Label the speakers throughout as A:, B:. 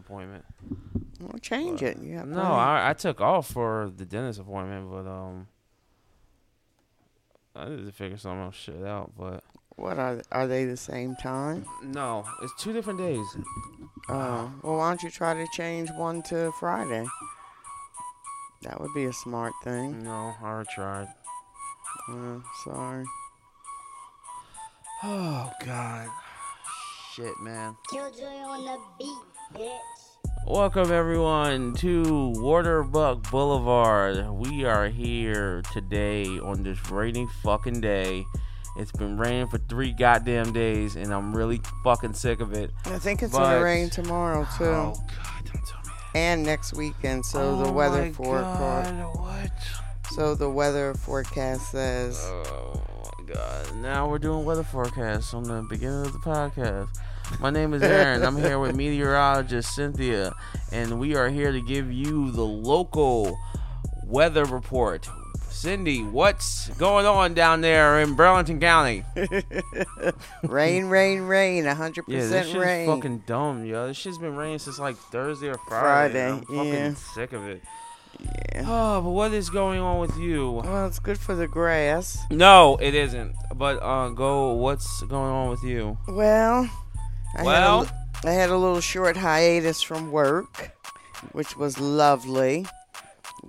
A: appointment.
B: Well, change it. Yeah.
A: No, I, I took off for the dentist appointment, but um, I need to figure some of shit out. But
B: What are are they the same time?
A: no, it's two different days.
B: Oh, well, why don't you try to change one to Friday? That would be a smart thing.
A: No, I already tried.
B: Uh, sorry.
A: Oh God, shit, man.
C: Killjoy on the beat, bitch.
A: Welcome everyone to Waterbuck Boulevard. We are here today on this rainy fucking day. It's been raining for three goddamn days, and I'm really fucking sick of it.
B: I think it's gonna
A: But-
B: rain tomorrow too,
A: Oh God, don't tell me that.
B: and next weekend. So the
A: Oh,
B: weather
A: my
B: forecast.
A: God, What?
B: So the weather forecast says.
A: Oh my God! Now we're doing weather forecasts on the beginning of the podcast. My name is Aaron. I'm here with meteorologist Cynthia, and we are here to give you the local weather report. Cindy, what's going on down there in Burlington County?
B: rain, rain, rain, a hundred
A: Oh. Yeah, this
B: percent
A: shit's
B: rain.
A: fucking dumb, yo. This shit's been raining since like Thursday or Friday. and
B: Friday,
A: I'm fucking
B: yeah.
A: sick of it.
B: Yeah.
A: Oh, but what is going on with you?
B: Well, it's good for the grass.
A: No, it isn't. But uh, go. What's going on with you?
B: Well, I
A: Well?
B: had a, I had a little short hiatus from work, which was lovely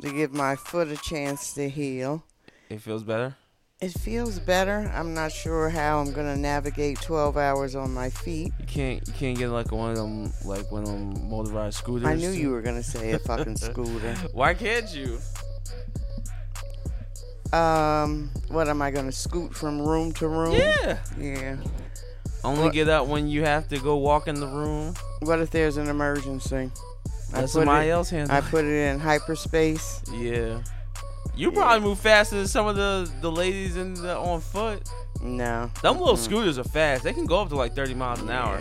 B: to give my foot a chance to heal.
A: It feels better.
B: It feels better. I'm not sure how I'm gonna navigate 12 hours on my feet.
A: You can't. You can't get like one of them. Like one of them motorized scooters.
B: I knew you were gonna say a fucking scooter.
A: Why can't you?
B: Um, what am I gonna scoot from room to room?
A: Yeah.
B: Yeah.
A: Only get out when you have to go walk in the room.
B: What if there's an emergency?
A: Let
B: put
A: somebody
B: it-
A: else handle.
B: I put it in hyperspace.
A: it. Yeah. You probably move faster than some of the the ladies in the, on foot.
B: No.
A: Them little
B: Mm-hmm.
A: scooters are fast. They can go up to like 30 miles an hour.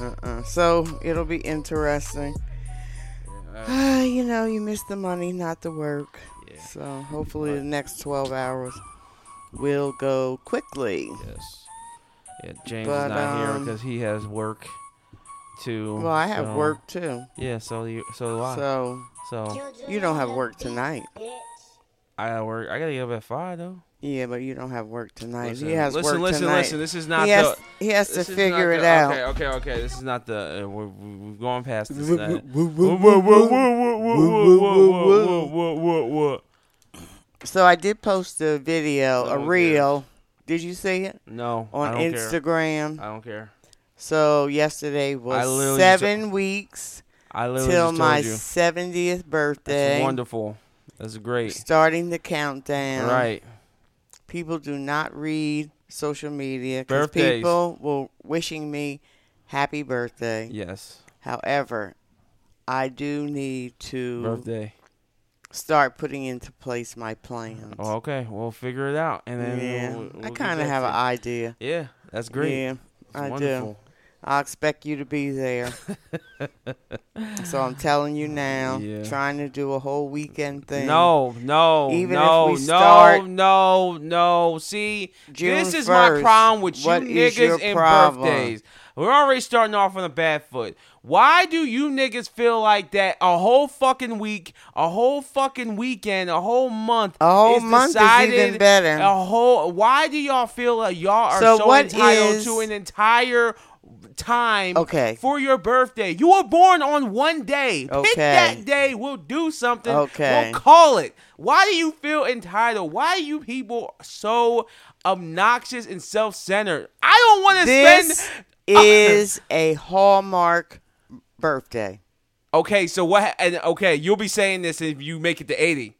B: Uh-uh. So it'll be interesting. Uh, you know, you miss the money, not the work.
A: Yeah.
B: So hopefully
A: But-
B: the next 12 hours will go quickly.
A: Yes. Yeah, James
B: But,
A: is not here
B: um,
A: because he has work to.
B: Well, I have
A: so-
B: work too.
A: Yeah, so you, so do I. So,
B: So you don't have work tonight.
A: I gotta work. I gotta get up at five though.
B: Yeah, but you don't have work tonight.
A: Listen,
B: he has
A: listen,
B: work
A: listen,
B: tonight.
A: listen. This is not
B: he has,
A: the.
B: he has to
A: this is
B: figure
A: not
B: it
A: the-
B: out.
A: Okay, okay, okay. This is not the. Uh, we're, we're going past this.
B: Woo,
A: uh,
B: woo,
A: whoa, whoa,
B: woo, woo,
A: whoa, whoa,
B: woo.
A: whoa,
B: woo,
A: whoa, whoa,
B: woo,
A: whoa,
B: woo.
A: whoa, whoa, whoa.
B: So I did post a video,
A: No
B: a
A: one
B: reel. Did you see it?
A: No,
B: On
A: I don't care.
B: Instagram.
A: I don't care.
B: So yesterday
A: I
B: was
A: literally just-
B: seven weeks
A: I literally just
B: till
A: told
B: my
A: you.
B: seventieth
A: That's
B: birthday.
A: wonderful. That's great.
B: Starting the countdown.
A: Right.
B: People do not read social media because
A: Birthdays.
B: people were wishing me happy birthday.
A: Yes.
B: However, I do need to
A: Birthday.
B: start putting into place my plans.
A: Oh, okay. We'll figure it out, and then
B: yeah,
A: we'll- we'll
B: I
A: get
B: kind of
A: back
B: have
A: to
B: an
A: you.
B: idea.
A: Yeah, that's great.
B: Yeah,
A: It's
B: I do.
A: wonderful.
B: I expect you to be there. so I'm telling you now,
A: Yeah.
B: trying to do a whole weekend thing.
A: No, no,
B: Even if
A: no,
B: we
A: no,
B: start
A: no, no. See,
B: June
A: this is
B: 1st,
A: my problem with you
B: what is your
A: niggas and
B: problem?
A: birthdays. We're already starting off on a bad foot. Why do you niggas feel like that a whole fucking week, a whole fucking weekend, a whole month?
B: A whole month is even
A: decided,
B: better.
A: A whole. Why do y'all feel like y'all are
B: So
A: so,
B: what
A: entitled
B: is-
A: to an entire time
B: Okay.
A: for your birthday? You were born on one day. Pick
B: Okay.
A: that day. We'll do something.
B: Okay.
A: We'll call it. Why do you feel entitled? Why are you people so obnoxious and self centered? I don't want to
B: this
A: spend.
B: is a hallmark birthday.
A: Okay, so what? And okay, you'll be saying this if you make it to eighty.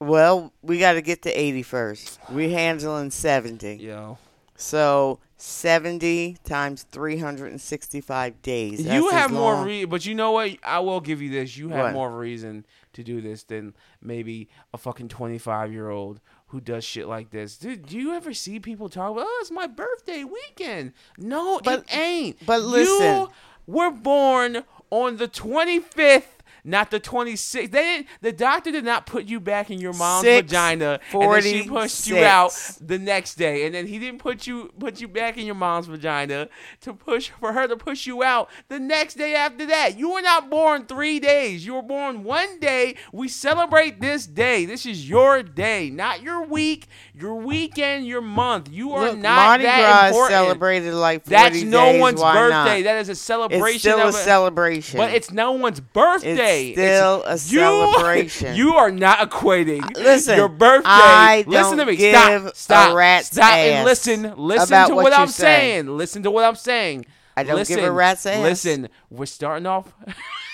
B: Well, we got to get to 80 first. We handling 70.
A: Yo,
B: So 70 times 365 days. That's
A: you
B: as
A: have more,
B: long-
A: re- but you know what? I will give you this. You have
B: What?
A: more reason to do this than maybe a fucking twenty-five year old. Who does shit like this? Dude, do you ever see people talk about? Oh, it's my birthday weekend. No,
B: But-
A: it ain't.
B: but listen.
A: you were born on the twenty fifth Not the 26. They didn't, the doctor did not put you back in your mom's
B: Six
A: vagina and then she pushed you out
B: forty-six.
A: the next day. And then he didn't put you put you back in your mom's vagina to push for her to push you out the next day after that. You were not born 3 days. You were born one day. We celebrate this day. This is your day, not your week, your weekend, your month. You are
B: Look,
A: not
B: Mardi
A: that
B: Gras
A: important.
B: celebrated like 40
A: That's no
B: days,
A: one's
B: why not?
A: birthday. That is a celebration.
B: it's still a
A: of
B: celebration.
A: But it's no one's birthday.
B: still a
A: you-
B: celebration. Uh,
A: You, are not equating.
B: listen,
A: your birthday.
B: I
A: listen to
B: don't
A: me.
B: give
A: stop,
B: a
A: stop,
B: rat's
A: stop, and
B: ass
A: listen. Listen
B: about
A: to
B: what
A: what
B: you're
A: I'm
B: saying.
A: saying. Listen to what I'm saying.
B: I don't give
A: listen,
B: a rat's ass.
A: Listen, we're starting off.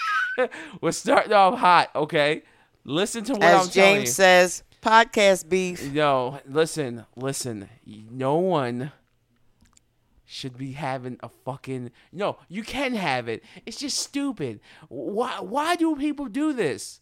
A: we're starting off hot, okay? Listen to what
B: as
A: I'm telling you.
B: James says, podcast beef.
A: No, listen, listen. No one should be having a fucking no. You can have it. It's just stupid. Why? Why do people do this?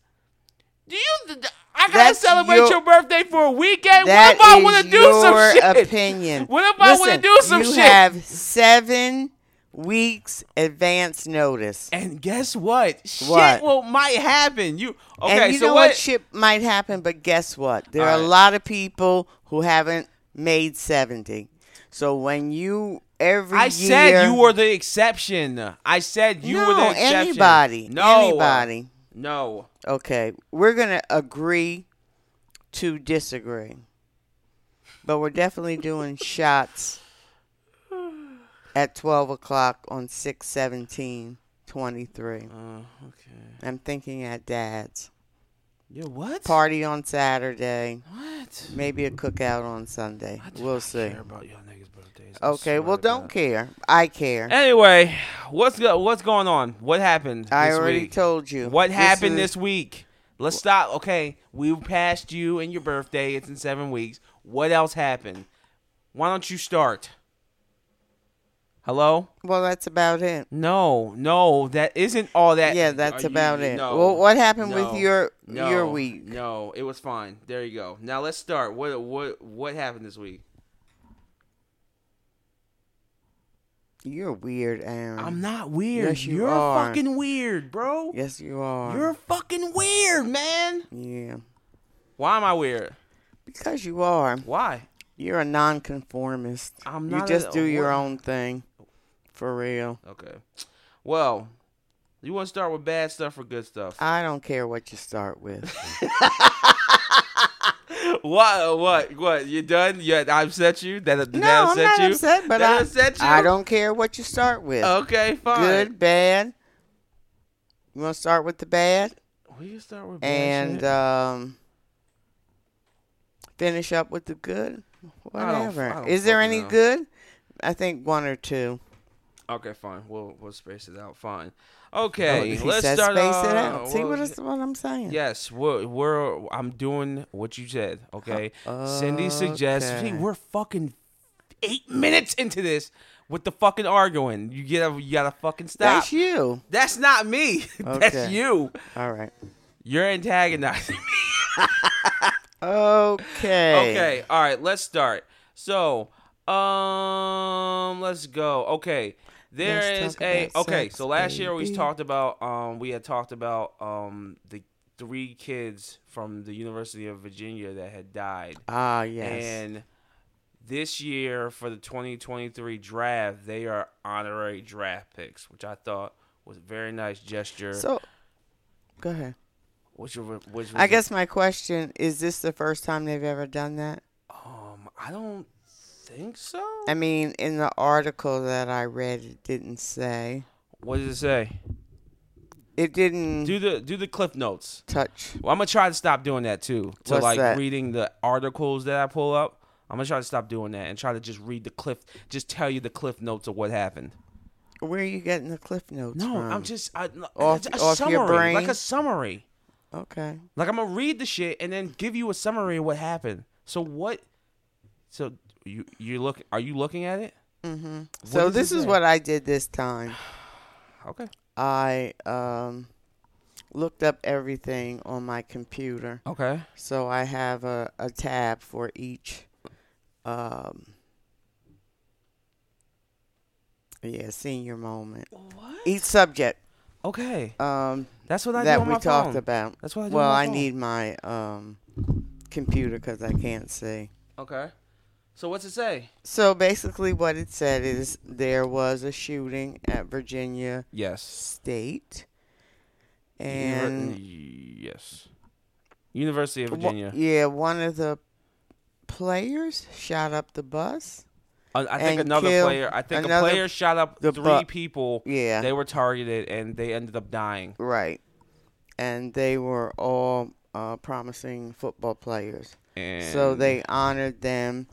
A: Do you? I gotta
B: That's
A: celebrate
B: your-
A: your, birthday for a weekend. What
B: That
A: if I
B: is
A: want to do
B: your
A: some shit?
B: opinion.
A: What if I wanna
B: Listen,
A: do some
B: you
A: shit?
B: have seven weeks advance notice.
A: And guess what? Shit
B: What?
A: will might happen. You okay?
B: and you
A: so
B: know
A: what?
B: what? Shit might happen, but guess what? There are a
A: Alright.
B: lot of people who haven't made 70. So when you every
A: I
B: year
A: said you were the exception. I said you were the
B: No,
A: exception.
B: anybody.
A: No. uh,
B: Anybody.
A: No.
B: Okay, we're going to agree to disagree. But we're definitely doing shots at 12 o'clock on 6 23.
A: Uh, okay.
B: I'm thinking at dad's.
A: Yeah. What?
B: Party on Saturday,
A: What?
B: maybe a cookout on Sunday.
A: I do
B: We'll
A: not
B: see.
A: Care about y'all niggas' birthdays. I
B: Okay,
A: swear
B: well,
A: to
B: don't
A: God. Eh.
B: care. I care.
A: Anyway, what's go- what's going on? What happened?
B: I
A: this
B: already
A: week?
B: told you.
A: What happened
B: is-
A: this week? Let's stop. Okay, we've passed you and your birthday. It's in seven weeks. What else happened? Why don't you start? Hello?
B: Well, that's about it.
A: No, no, that isn't all that.
B: Yeah,
A: Are
B: that's
A: Eh, you-
B: about it.
A: no,
B: well, what happened
A: no,
B: with your
A: no,
B: your week?
A: No, it was fine. There you go. Now let's start. What what what happened this week?
B: You're weird, Aaron.
A: I'm not weird.
B: Yes, you
A: are
B: are.
A: fucking weird, bro.
B: Yes, you are.
A: You're fucking weird, man.
B: yeah,
A: Why am I weird?
B: because you are.
A: Why?
B: You're a nonconformist.
A: I'm
B: You
A: not
B: just
A: a-
B: do your
A: what-
B: own thing, for real.
A: Okay. Well, you want to start with bad stuff or good stuff?
B: I don't care what you start with.
A: what? What? What? You done? Yeah, I upset you. That, that
B: no, I'm
A: upset
B: not
A: you?
B: upset, but
A: that
B: I
A: upset you. Oh,
B: I don't care what you start with.
A: Okay, fine.
B: Good, bad. You want to start with the bad
A: We can start with bad
B: and
A: shit.
B: um, finish up with the good.
A: I don't-
B: Whatever.
A: I don't
B: Is there
A: fucking
B: any
A: know.
B: good? I think one or two.
A: okay, fine. We'll we'll space it out. Fine. Okay,
B: Oh, he
A: let's
B: said
A: start.
B: space
A: uh,
B: it out. See
A: well,
B: what, is, what I'm saying?
A: Yes, we're, we're I'm doing what you said. Okay. Cindy suggests.
B: okay.
A: See, we're fucking eight minutes into this with the fucking arguing. You get you gotta fucking stop.
B: That's you.
A: That's not me.
B: Okay.
A: That's you.
B: All right.
A: You're antagonizing me.
B: Okay.
A: Okay. All right. Let's start. So, um, let's go. Okay. There
B: Let's
A: is
B: talk
A: a
B: about
A: okay.
B: sex,
A: So last year we
B: baby.
A: talked about um we had talked about um the three kids from the University of Virginia that had died.
B: Ah, yes.
A: And this year for the 2023 draft, they are honorary draft picks, which I thought was a very nice gesture.
B: so, go ahead.
A: which, was- which was
B: I guess my question is: This the first time they've ever done that?
A: um I don't think so.
B: I mean, in the article that I read, it didn't say.
A: What does it say?
B: It didn't
A: Do the do the cliff notes.
B: touch.
A: Well, I'm gonna try to stop doing that too. To
B: What's
A: like
B: that?
A: reading the articles that I pull up. I'm gonna try to stop doing that and try to just read the cliff. Just tell you the cliff notes of what happened.
B: Where are you getting the cliff notes
A: No,
B: from?
A: I'm just I,
B: Hmm. Off-
A: a
B: off your
A: summary,
B: brain?
A: like a summary.
B: okay.
A: Like I'm gonna read the shit and then give you a summary of what happened. So what? So you you look? Are you looking at it?
B: Mm-hmm. So
A: does it
B: this is
A: say?
B: what I did this time.
A: Okay.
B: I um looked up everything on my computer.
A: Okay.
B: So I have a, a tab for each. Um, yeah, senior moment.
A: What?
B: Each subject.
A: Okay,
B: um,
A: that's what I do
B: that
A: on
B: we
A: my
B: talked
A: phone.
B: about.
A: That's what I do.
B: well,
A: on my
B: I
A: phone.
B: need my um, computer because I can't see.
A: Okay, so what's it say?
B: So basically, what it said is there was a shooting at Virginia
A: Yes.
B: State,
A: Univer-
B: and
A: yes, University of
B: Wha-
A: Virginia.
B: yeah, one of the players shot up the bus.
A: I, Uh, I think
B: and
A: another
B: kill
A: player. I think
B: another-
A: a player shot up
B: the
A: three
B: bu-
A: people.
B: Yeah,
A: They were targeted and they ended up dying.
B: right. And they were all uh, promising football players.
A: And
B: So they honored them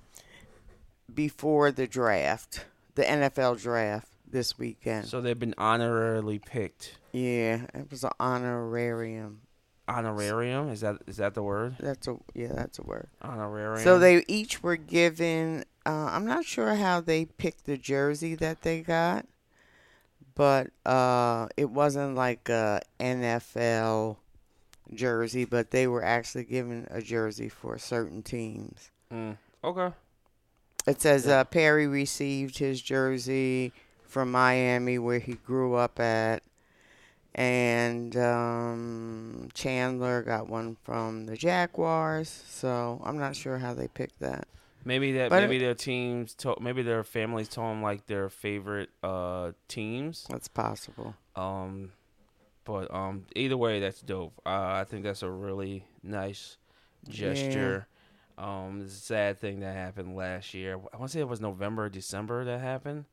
B: before the draft, the NFL draft this weekend.
A: So they've been honorarily picked.
B: yeah, it was an honorarium.
A: Honorarium is that is that the word?
B: That's a yeah, that's a word.
A: Honorarium.
B: So they each were given. Uh, I'm not sure how they picked the jersey that they got, but uh, it wasn't like a NFL jersey, but they were actually given a jersey for certain teams.
A: Mm, okay.
B: It says
A: Yeah.
B: uh, Perry received his jersey from Miami, where he grew up at, and um, Chandler got one from the Jaguars. So I'm not sure how they picked that.
A: Maybe that
B: But-
A: maybe their teams to, maybe their families told them like their favorite uh teams.
B: That's possible.
A: Um, but um, either way, that's dope. Uh, I think that's a really nice gesture. Um, it's a sad thing that happened last year. I want to say it was November, or December that happened.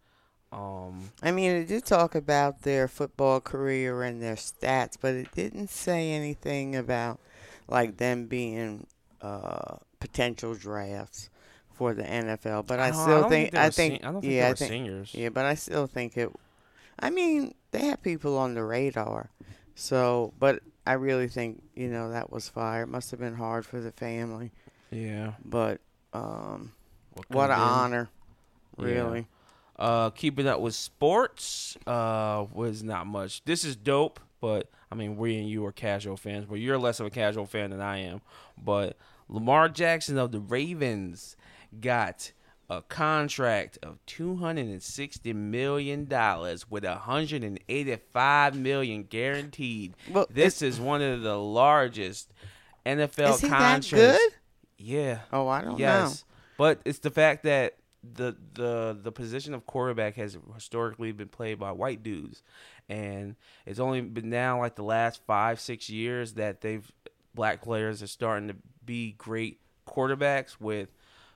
A: Um,
B: I mean, it did talk about their football career and their stats, but it didn't say anything about like them being uh, potential drafts for the NFL. But I,
A: don't-
B: still
A: don't
B: think,
A: they
B: I
A: were
B: think
A: sen- I don't think
B: yeah,
A: they
B: I
A: were
B: think
A: seniors.
B: Yeah, but I still think it. I mean, they had people on the radar, so. But I really think you know that was fire. It must have been hard for the family,
A: yeah.
B: but um,
A: What,
B: what
A: could've
B: an
A: been.
B: honor,
A: Yeah.
B: really.
A: Uh, keeping up with sports uh, was not much. This is dope, but I mean, we and you are casual fans, but you're less of a casual fan than I am. But Lamar Jackson of the Ravens got a contract of two hundred and sixty million dollars with hundred and eighty-five million guaranteed.
B: Well,
A: this is one of the largest NFL
B: Is he that
A: contracts.
B: good?
A: Yeah.
B: Oh, I don't
A: Yes, but it's the fact that the the the position of quarterback has historically been played by white dudes, and it's only been now like the last five six years that they've black players are starting to be great quarterbacks with.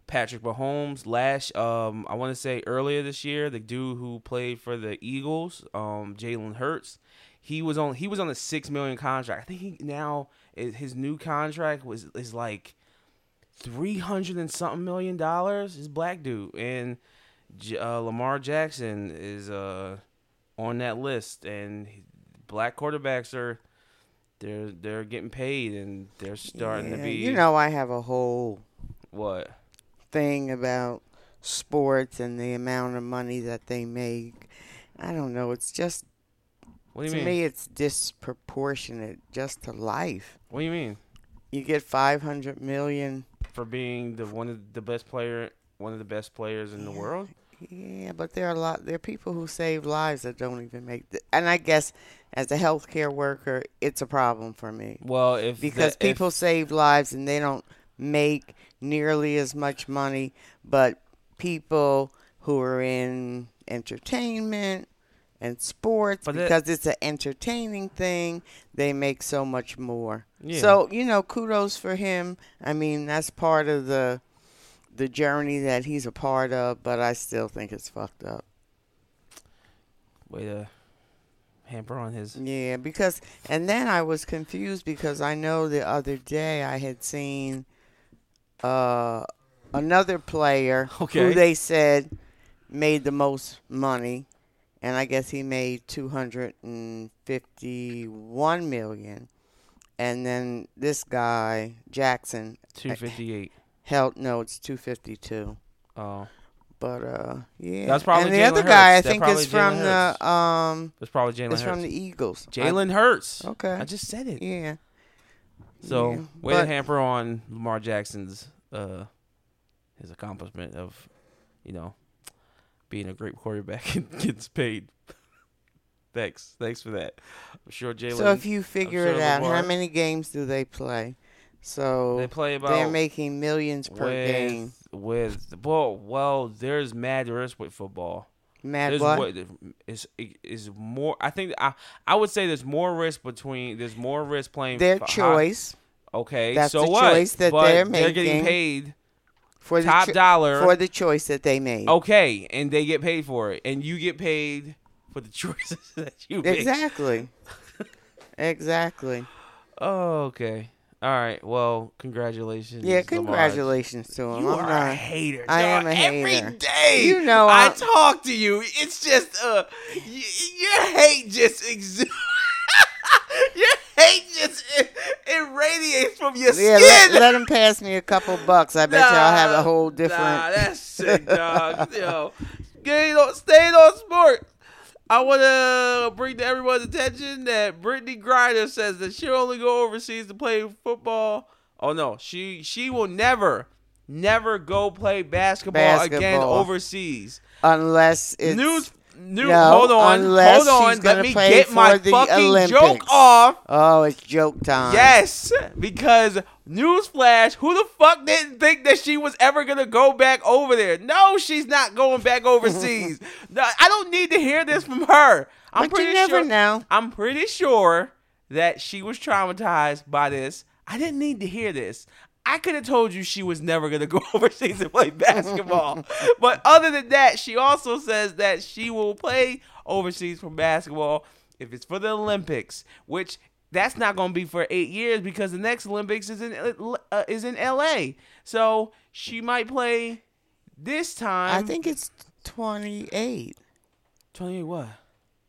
A: Patrick Mahomes last um I want to say earlier this year the dude who played for the Eagles um Jalen Hurts he was on he was on a 6 million contract I think he now his new contract was is like three hundred and something million dollars. Is black dude and J- uh, Lamar Jackson is uh, on that list, and he- black quarterbacks are they're they're getting paid and they're
B: know.
A: starting to
B: Yeah,
A: be
B: You know, I have a whole
A: what
B: thing about sports and the amount of money that they make. I don't know. It's just
A: what do you
B: to
A: mean
B: me, it's disproportionate just to life.
A: what do you mean
B: You get five hundred million.
A: for being the one of the best player one of the best players in the
B: Yeah.
A: world
B: Yeah, but there are a lot. There are people who save lives that don't even make. The, and I guess as a healthcare worker, it's a problem for me
A: well if the-
B: because
A: if-
B: people save lives and they don't make nearly as much money. But people who are in entertainment and sports,
A: But that-
B: because it's an entertaining thing, they make so much more.
A: Yeah.
B: So you know, kudos for him. I mean, that's part of the the journey that he's a part of. But I still think it's fucked up.
A: way to hamper uh, on his
B: Yeah, because and then I was confused because I know the other day I had seen uh another player
A: Okay.
B: who they said made the most money and I guess he made 251 million and then this guy Jackson
A: two fifty eight.
B: held no it's 252
A: Oh,
B: but uh yeah
A: That's probably
B: and the
A: Jalen
B: other
A: Hurts.
B: guy I
A: That's
B: think
A: probably
B: is from
A: Jalen Hurts.
B: the um
A: it's probably Jalen
B: it's
A: Hurts.
B: from the Eagles I-
A: Jalen Hurts.
B: Okay.
A: I just said it.
B: Yeah.
A: So
B: Yeah,
A: way to
B: but-
A: hamper on Lamar Jackson's uh his accomplishment of, you know, being a great quarterback and gets paid. Thanks. Thanks for that. I'm sure Jalen.
B: So if you figure
A: sure
B: it
A: the
B: out, how
A: bar-
B: many games do they play? So
A: they play about
B: they're making millions per
A: with,
B: game.
A: with well, well, there's mad risk with football.
B: Mad
A: There's
B: what?
A: what is is more. I think I I would say there's more risk between there's more risk playing
B: Their
A: fi-
B: choice
A: Okay,
B: That's
A: so
B: the
A: what?
B: choice that
A: but
B: they're
A: getting
B: making.
A: paid
B: for the
A: top
B: cho-
A: dollar. Oh,
B: for the choice that they made.
A: okay, and they get paid for it, and you get paid for the choices that you make.
B: exactly. exactly.
A: Oh, okay. All right. Well, congratulations.
B: Yeah,
A: Lamarge.
B: congratulations to him.
A: You
B: I'm
A: are
B: not.
A: a hater.
B: I am
A: dog.
B: a hater.
A: Every day,
B: You know
A: I
B: I'm-
A: talk to you. It's just uh, y- your hate just exudes. your hate just it, it radiates from your
B: yeah,
A: skin.
B: let, let him pass me a couple bucks. I bet y'all have a whole different.
A: Nah, that's sick, dog. Yo, stay on, staying on sports. I want to bring to everyone's attention that Brittany Griner says that she'll only go overseas to play football. Oh no, she she will never, never go play basketball, again
B: Basketball.
A: overseas.
B: unless it's
A: news, news.
B: no,
A: hold on,
B: unless
A: hold on.
B: she's
A: Let
B: gonna
A: me
B: play
A: get my
B: for the
A: fucking joke
B: Olympics.
A: off.
B: oh, it's joke time.
A: Yes, because newsflash, who the fuck didn't think that she was ever gonna go back over there? No, she's not going back overseas. no, I don't need to hear this from her. I'm
B: but
A: pretty
B: you never
A: sure.
B: know.
A: I'm pretty sure that she was traumatized by this. I didn't need to hear this. I could have told you she was never going to go overseas and play basketball. but other than that, she also says that she will play overseas for basketball if it's for the Olympics, which that's not going to be for 8 years because the next Olympics is in uh, is in LA. So, she might play this time.
B: I think it's 28.
A: 28 what?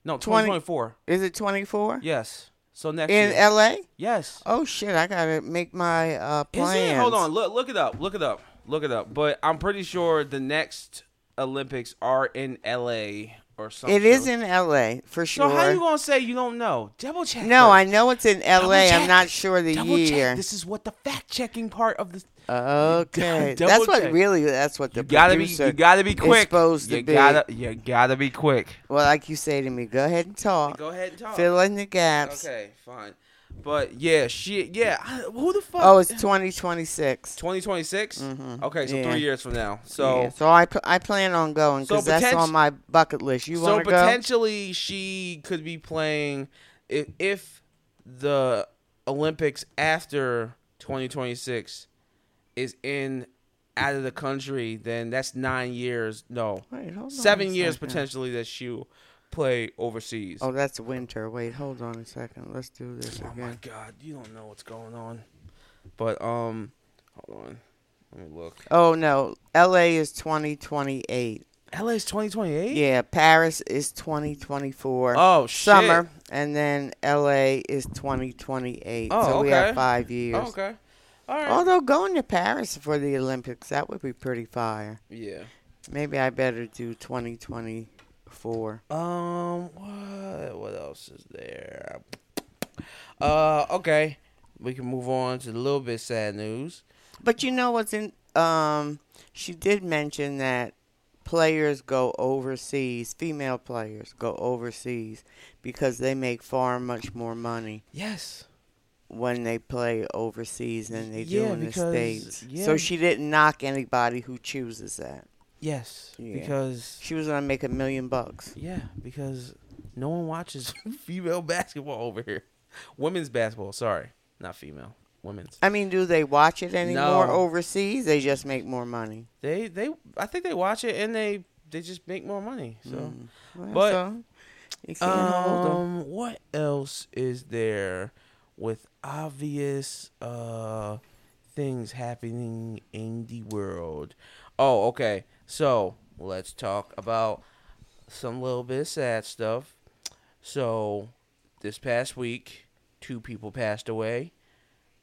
A: No,
B: 20
A: 2024.
B: Is it 24?
A: Yes. So next
B: In
A: year.
B: LA?
A: yes.
B: Oh shit, I got to make my uh
A: Is
B: plans.
A: it? Hold on. Look, look it up. Look it up. Look it up. But I'm pretty sure the next Olympics are in L.A. or something.
B: It is in LA for
A: So
B: sure.
A: how you gonna say you don't know? Double check.
B: no,
A: first.
B: I know it's in
A: Double
B: LA.
A: check.
B: I'm not sure the
A: Double check.
B: year.
A: This is what the fact checking part of this.
B: Okay.
A: Double
B: that's what
A: check.
B: really that's what the
A: You gotta be.
B: producer
A: You gotta be quick.
B: supposed to
A: you
B: be.
A: gotta. You gotta be quick.
B: Well, like you say to me, go ahead and talk.
A: Go ahead and talk.
B: Fill in the gaps.
A: Okay, fine. But yeah, shit. Yeah. I- Who the fuck?
B: Oh, it's 2026.
A: 2026.
B: Mhm.
A: Okay, so
B: Yeah.
A: three years from now. So.
B: Yeah, so I, pl- I plan on going
A: So
B: because that's
A: potent-
B: on my bucket list. You
A: so
B: want to go?
A: potentially she could be playing if, if the Olympics after 2026 is in out of the country, then that's nine years. No,
B: Wait, hold on
A: seven
B: a
A: years
B: second.
A: potentially that she'll play overseas.
B: Oh, that's winter. Wait, hold on a second. Let's do this
A: Oh my
B: again.
A: God, you don't know what's going on. But um, hold on, let me look.
B: Oh no, L.A. is 2028.
A: LA's 2028.
B: Yeah, Paris is 2024.
A: Oh shit.
B: Summer, and then L.A. is 2028.
A: Oh,
B: so we have
A: okay.
B: five years.
A: Oh, okay. All right.
B: Although going to Paris for the Olympics, that would be pretty fire.
A: yeah.
B: Maybe I better do 2024.
A: Um, what what else is there? Uh, okay, we can move on to a little bit sad news.
B: But you know what's in? Um, she did mention that players go overseas. Female players go overseas because they make far much more money
A: Yes,
B: when they play overseas than they
A: Yeah,
B: do in
A: because-
B: the states.
A: yeah.
B: So she didn't knock anybody who chooses that.
A: yes,
B: Yeah.
A: because
B: She was gonna make a million bucks.
A: yeah, because no one watches female basketball over here. Women's basketball, sorry, not female, women's.
B: I mean, do they watch it anymore
A: No.
B: overseas? They just make more money.
A: They they, I think they watch it and they they just make more money. So.
B: Mm. Well,
A: But-
B: so, you can't hold 'em.
A: Um, what else is there with obvious uh things happening in the world? Oh, okay. So let's talk about some little bit of sad stuff. So this past week, two people passed away.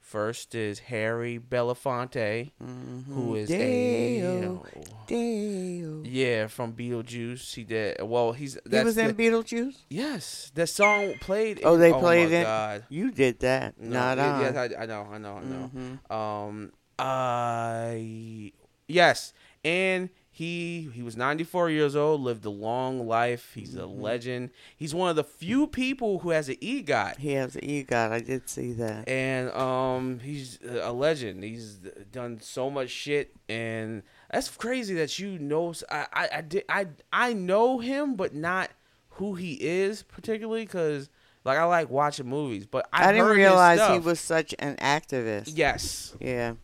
A: First is Harry Belafonte,
B: Mm-hmm.
A: who is
B: Dale.
A: a
B: Dale.
A: yeah from Beetlejuice. He did well. He's that's
B: he was
A: the-
B: in Beetlejuice.
A: Yes, that song played.
B: Oh, they
A: my
B: played it.
A: God.
B: You did that.
A: No,
B: Not
A: yeah,
B: on. Mm-hmm.
A: Yes, I, I know, I know, I know. Um, I yes, and He he was 94 years old, lived a long life. He's
B: Mm-hmm.
A: a legend. He's one of the few people who has an EGOT
B: He has EGOT. I did see that.
A: and um, he's a legend. He's done so much shit, and that's crazy that you know. I I I did, I, I know him, but not who he is particularly, because like I like watching movies, but I,
B: I didn't
A: heard his
B: realize he
A: stuff.
B: was such an activist.
A: Yes,
B: Yeah.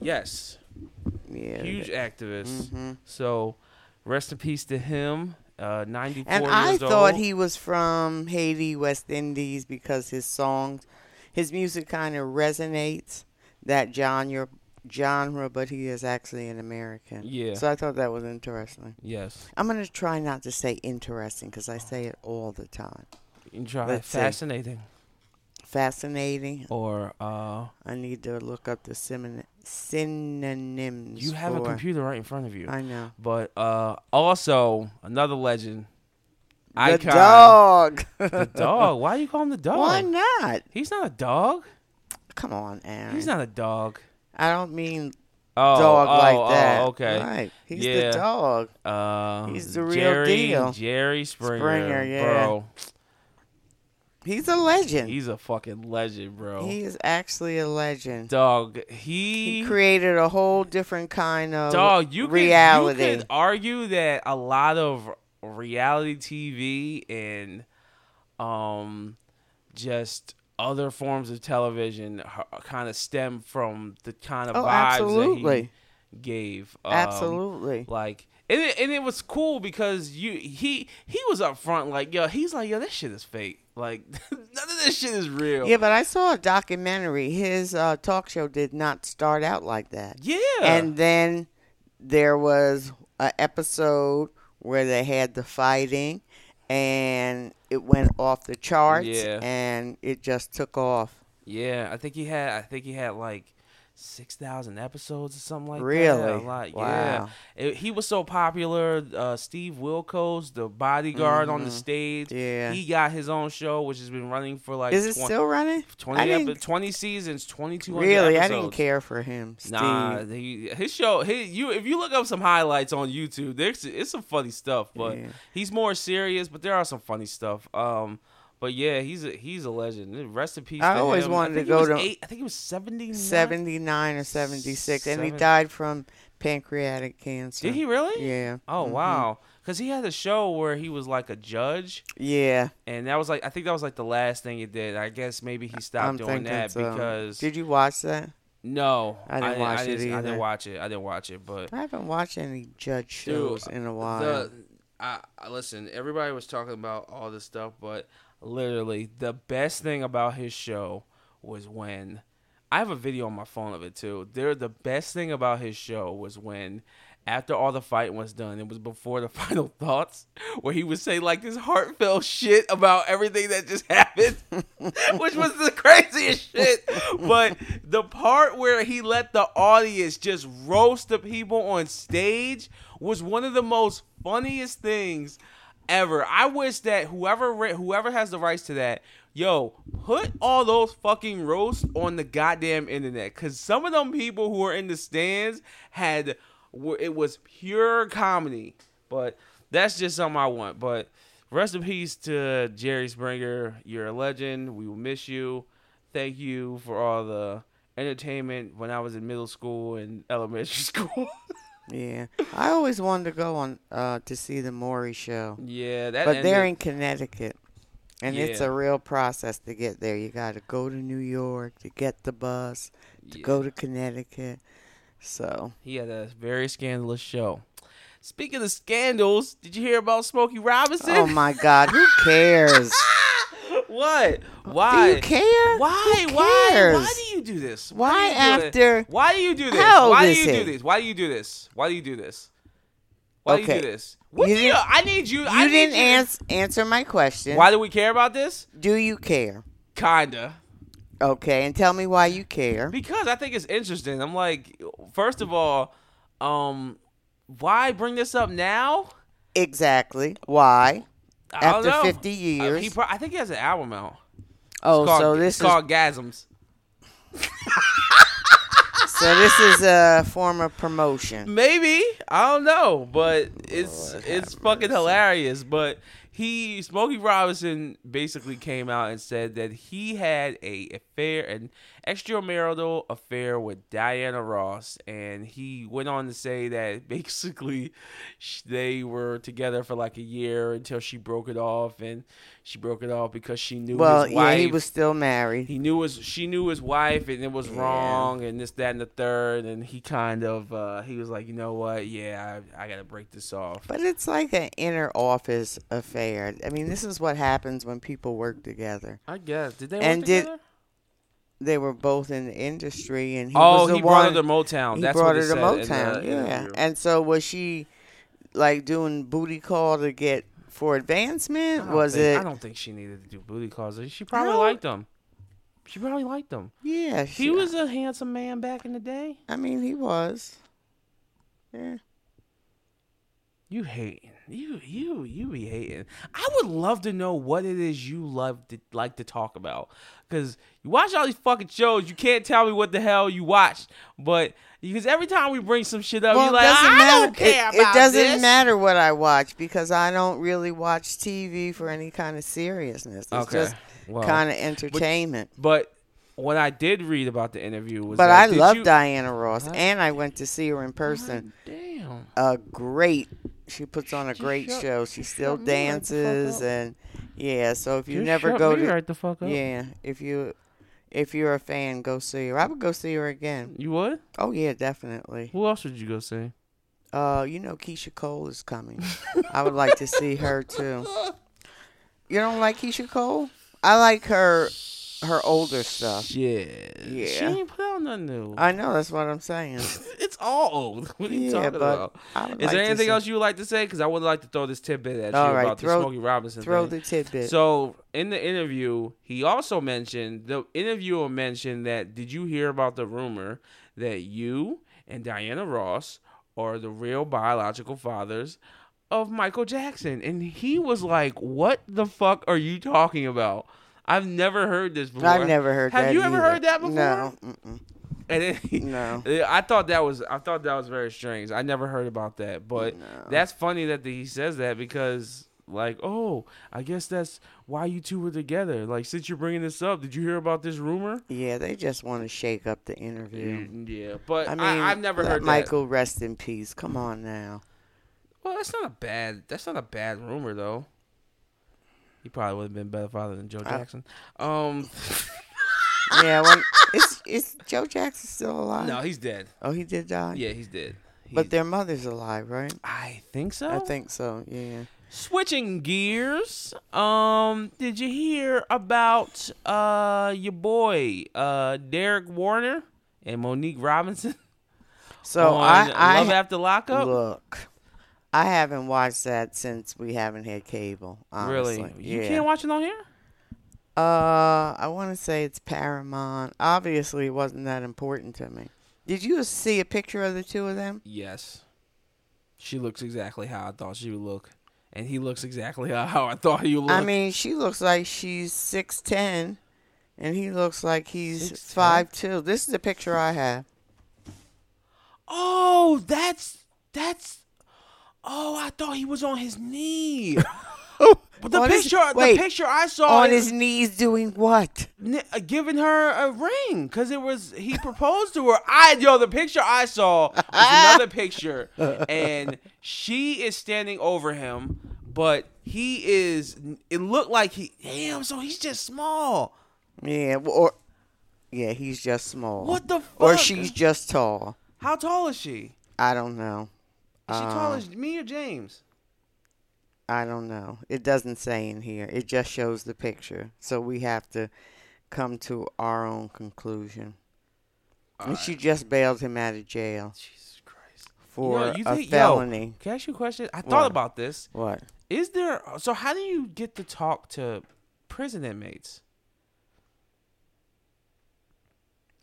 A: yes,
B: Yeah.
A: huge activist.
B: Mhm.
A: So, rest in peace to him. Uh, Ninety four
B: And
A: years
B: I
A: old.
B: thought he was from Haiti, West Indies, because his songs, his music kind of resonates that genre, genre, but he is actually an American.
A: Yeah.
B: So I thought that was interesting.
A: Yes,
B: I'm going to try not to say interesting because I say it all the time.
A: you try
B: Let's see.
A: fascinating
B: Fascinating.
A: or uh,
B: I need to look up the synonym, synonyms.
A: you have a
B: for-
A: computer right in front of you.
B: I know.
A: But uh, also another legend,
B: The
A: icon.
B: dog.
A: The dog. Why you call him the dog?
B: Why not?
A: He's not a dog.
B: Come on, Aaron.
A: He's not a dog.
B: I don't mean
A: Oh,
B: dog
A: oh,
B: like
A: oh,
B: that.
A: okay.
B: Right. He's
A: Yeah.
B: the dog.
A: Uh,
B: He's the real
A: Jerry,
B: deal.
A: Jerry Springer.
B: Springer, yeah.
A: Bro,
B: He's a legend.
A: he's a fucking legend, bro.
B: he is actually a legend.
A: dog. He.
B: He created a whole different kind of
A: dog. You could-
B: reality.
A: you could argue that a lot of reality TV and um just other forms of television kind of stem from the kind of
B: Oh,
A: vibes that
B: absolutely.
A: he gave. Um,
B: Absolutely.
A: Like and it, and it was cool because you he he was up front like yo he's like yo this shit is fake like none of this shit is real
B: yeah, but I saw a documentary. His uh, talk show did not start out like that.
A: yeah
B: And then there was an episode where they had the fighting and it went off the charts
A: Yeah.
B: and it just took off.
A: Yeah, I think he had. I think he had like six thousand episodes or something like that.
B: Really?
A: a lot.
B: Wow.
A: Yeah, It- he was so popular. Uh, Steve Wilkos, the bodyguard on the stage,
B: Mm-hmm. Yeah.
A: he got his own show, which has been running for like
B: Is it
A: 20
B: still running?
A: 20,
B: I
A: epi-
B: didn't-
A: 20 seasons, twenty two hundred.
B: Really, I
A: episodes.
B: didn't care for him. Steve.
A: Nah, he, his show. His, you if you look up some highlights on YouTube, there's it's some funny stuff. But
B: Yeah.
A: he's more serious. But there are some funny stuff. Um, but yeah, he's a he's a legend. Rest in peace.
B: I
A: to
B: always
A: him.
B: wanted
A: think
B: to
A: he
B: go
A: was
B: to
A: eight, I think he was seventy seven.
B: 79 or 76, and he
A: Seven-
B: died from pancreatic cancer.
A: Did he really?
B: Yeah.
A: Oh
B: Mhm.
A: wow, because he had a show where he was like a judge,
B: Yeah.
A: and that was like I think that was like the last thing he did. I guess maybe he stopped
B: I'm
A: doing
B: thinking
A: that
B: so.
A: because
B: Did you watch that?
A: no,
B: I didn't watch
A: I
B: it
A: didn't, I
B: either.
A: didn't watch it. I didn't watch it, but
B: I haven't watched any judge
A: Dude,
B: shows in a while.
A: the I, I listen. Everybody was talking about all this stuff, but literally the best thing about his show was when I have a video on my phone of it too. There, the best thing about his show was when. After all the fight was done, it was before the final thoughts, where he would say like this heartfelt shit about everything that just happened, which was the craziest shit. But the part where he let the audience just roast the people on stage was one of the most funniest things ever. I wish that whoever ri- whoever has the rights to that, yo, put all those fucking roasts on the goddamn internet cuz some of them people who were in the stands had were, it was pure comedy. But that's just something I want. But rest in peace to Jerry Springer. You're a legend. We will miss you. Thank you for all the entertainment when I was in middle school and elementary school.
B: yeah. I always wanted to go on uh, to see the Maury show.
A: yeah, that
B: But they're
A: ended-
B: in Connecticut. And it's
A: Yeah.
B: a real process to get there. You got to go to New York to get the bus, to
A: Yeah.
B: go to Connecticut. So,
A: He had a very scandalous show. Speaking of scandals, did you hear about Smokey Robinson?
B: oh my God, who cares?
A: what? Why?
B: Do you care?
A: Why?
B: Who
A: Why? Why
B: cares?
A: do you do this?
B: Why
A: do you do it?
B: after-
A: Why do you do this?
B: How old
A: Why do
B: is
A: you do
B: he?
A: this? Why do you do this? Why do you do this? Why do
B: Okay.
A: you do this? What
B: You
A: do you?
B: didn't-
A: I need you. I
B: You
A: need
B: didn't
A: you to-
B: ans- answer my question.
A: Why do we care about this?
B: do you care?
A: Kinda.
B: Okay, and tell me why you care.
A: Because I think it's interesting. I'm like, first of all, um, why bring this up now?
B: Exactly. Why?
A: I don't
B: After
A: know.
B: 50 years.
A: Uh, he pro- I think he has an album out.
B: oh,
A: called,
B: so
A: it's
B: this is
A: called Gasms.
B: So this is a form of promotion.
A: Maybe I don't know, but it's
B: Lord
A: it's
B: have
A: fucking
B: mercy.
A: hilarious. But he Smokey Robinson basically came out and said that he had a affair, an extramarital affair with Diana Ross, and he went on to say that basically sh- they were together for like a year until she broke it off, and she broke it off because she knew
B: Well,
A: his
B: yeah,
A: wife
B: he was still married.
A: he knew his she knew his wife and it was
B: Yeah.
A: wrong and this that and the third and he kind of uh he was like you know what yeah i, I gotta break this off
B: But it's like an inner office affair. I mean, this is what happens when people work together.
A: i guess did they
B: And
A: work
B: did-
A: together?
B: They were both in the industry, and he
A: oh
B: was the
A: he brought
B: one.
A: her to motown
B: he
A: that's what
B: brought
A: it
B: her to
A: said
B: Motown.
A: in the
B: yeah,
A: interview.
B: and so was she like doing booty call to get for
A: I
B: advancement?
A: don't
B: Was
A: think-
B: it?
A: i don't think she needed to do booty calls she probably
B: No.
A: liked him she probably liked him
B: Yeah, she
A: he was a handsome man back in the day
B: I mean, he was. Yeah.
A: you hating you you you be hating i would love to know what it is you love to like to talk about because you watch all these fucking shows you can't tell me what the hell you watched but because every time we bring some shit up you're like i don't care
B: It, it
A: about
B: doesn't
A: this."
B: matter what I watch because I don't really watch TV for any kind of seriousness. It's
A: Okay,
B: just
A: well,
B: kind of entertainment.
A: but what i did read about the interview was
B: But
A: that-
B: I
A: did
B: love
A: you-
B: Diana Ross, and I went to see her in
A: God
B: person.
A: damn
B: A great. She puts on a great
A: shut-
B: show.
A: she
B: She still
A: shut me right the fuck
B: dances
A: up.
B: and yeah. So if you
A: Just
B: never
A: shut
B: go
A: me
B: to
A: right the fuck up
B: yeah, if you if you're a fan, go see her. I would go see her again.
A: you would
B: Oh yeah, definitely.
A: who else would you go see
B: Uh, you know Keisha Cole is coming. I would like to see her too. You don't like Keisha Cole? I like her her older stuff.
A: Shit. She
B: Yeah.
A: ain't put out nothing new.
B: I know that's what I'm saying.
A: it's all old. What are you
B: Yeah,
A: talking
B: but
A: about?
B: I would
A: Is
B: like
A: there
B: to
A: anything
B: see-
A: else you would like to say? Because I would like to throw this tidbit at
B: All
A: you
B: right,
A: about
B: throw-
A: the Smokey Robinson
B: Throw
A: thing.
B: the tidbit.
A: so in the interview, he also mentioned the interviewer mentioned that did you hear about the rumor that you and Diana Ross are the real biological fathers of Michael Jackson? And he was like, "What the fuck are you talking about? I've never heard this before.
B: I've never heard
A: Have
B: that.
A: you ever
B: either.
A: heard that before?
B: No. Mm-mm.
A: And then he-
B: No.
A: Yeah, I thought that was I thought that was very strange. I never heard about that, but
B: No.
A: that's funny that he says that because like, oh, I guess that's why you two were together. Like, since you're bringing this up, did you hear about this rumor?
B: Yeah, they just want to shake up the interview.
A: Yeah, but
B: I mean,
A: Mm. I, have never
B: let
A: heard Michael.
B: Michael rest in peace. Come on now.
A: That. Well, that's not a bad that's not a bad rumor though. He probably would have been a better father than Joe Jackson. Um,
B: Yeah, when, it's it's Joe Jackson still alive.
A: no, he's dead.
B: Oh, he did die.
A: Yeah, he's dead.
B: But
A: He's-
B: their mother's alive, right?
A: I think so.
B: I think so. Yeah.
A: Switching gears, um, did you hear about uh your boy uh Derek Warner and Monique Robinson?
B: So
A: on
B: I I
A: Love After Lockup.
B: Look, I haven't watched that since we haven't had cable. Honestly.
A: really, you
B: yeah.
A: can't watch it on here.
B: uh, I want to say it's Paramount. Obviously, it wasn't that important to me. Did you see a picture of the two of them?
A: Yes, she looks exactly how I thought she would look, and he looks exactly how, how I thought he would look.
B: I mean, she looks like she's six ten, and he looks like he's
A: 6'10"?
B: five two. This is the picture I have.
A: oh, that's that's. Oh, I thought he was on his knee. But the
B: On his-
A: picture,
B: wait,
A: the picture I saw
B: On
A: it-
B: his knees, doing what?
A: n- uh, giving her a ring because it was he proposed to her. I yo the picture I saw was another picture, and she is standing over him, but he is. It looked like he damn. So he's just small.
B: Yeah, w- or yeah, he's just small.
A: What the fuck?
B: Or she's just tall.
A: how tall is she?
B: I don't know.
A: Is she tall
B: Um,
A: as me or James?
B: I don't know. It doesn't say in here. It just shows the picture. So we have to come to our own conclusion. and she just bailed him out of jail
A: Jesus Christ.
B: for
A: Yo, you
B: a
A: think- yo,
B: felony.
A: Can I ask you a question? I thought
B: What?
A: about this.
B: What?
A: Is there so? How do you get to talk to prison inmates?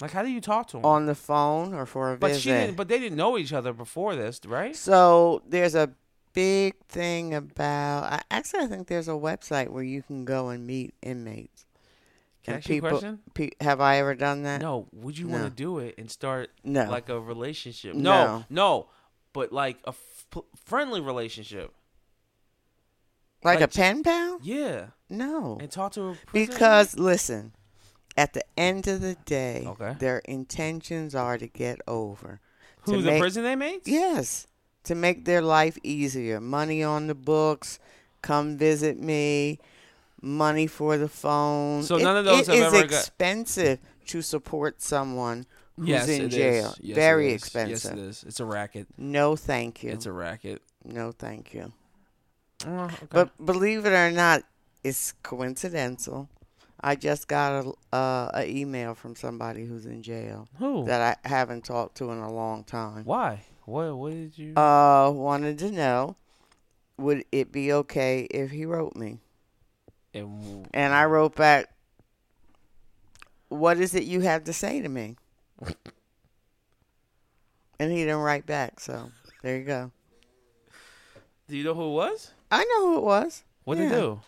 A: Like, how do you talk to them?
B: On the phone or for a
A: but
B: visit?
A: she didn't. But they didn't know each other before this, right?
B: so there's a big thing about. I, actually, I think there's a website where you can go and meet inmates.
A: Can I
B: and
A: ask you a
B: people-
A: question?
B: Pe- have I ever done that?
A: No, would you
B: No.
A: want to do it and start
B: No.
A: like a relationship?
B: No.
A: No, no, but like a f- friendly relationship.
B: like,
A: like-
B: a pen pal?
A: Yeah,
B: No.
A: and talk to a person.
B: Because listen, at the end of the day,
A: Okay.
B: their intentions are to get over.
A: who
B: to
A: the
B: make-
A: prison they made?
B: Yes, to make their life easier. Money on the books, come visit me, money for the phone.
A: So
B: It-
A: none of those have
B: It is
A: ever got-
B: expensive to support someone who's
A: yes,
B: in
A: it is.
B: jail.
A: Yes, it
B: Very
A: is.
B: expensive.
A: Yes, it is. It's a racket.
B: No, thank you.
A: It's a racket.
B: no, thank you.
A: Oh, okay.
B: But believe it or not, it's coincidental. I just got a uh, a email from somebody who's in jail
A: who?
B: that I haven't talked to in a long time.
A: Why? What? What did you?
B: Uh, wanted to know, would it be okay if he wrote me?
A: and,
B: And I wrote back, "What is it you have to say to me?" and he didn't write back. So there you go.
A: do you know who it was?
B: I know who it was.
A: What
B: Yeah.
A: they do?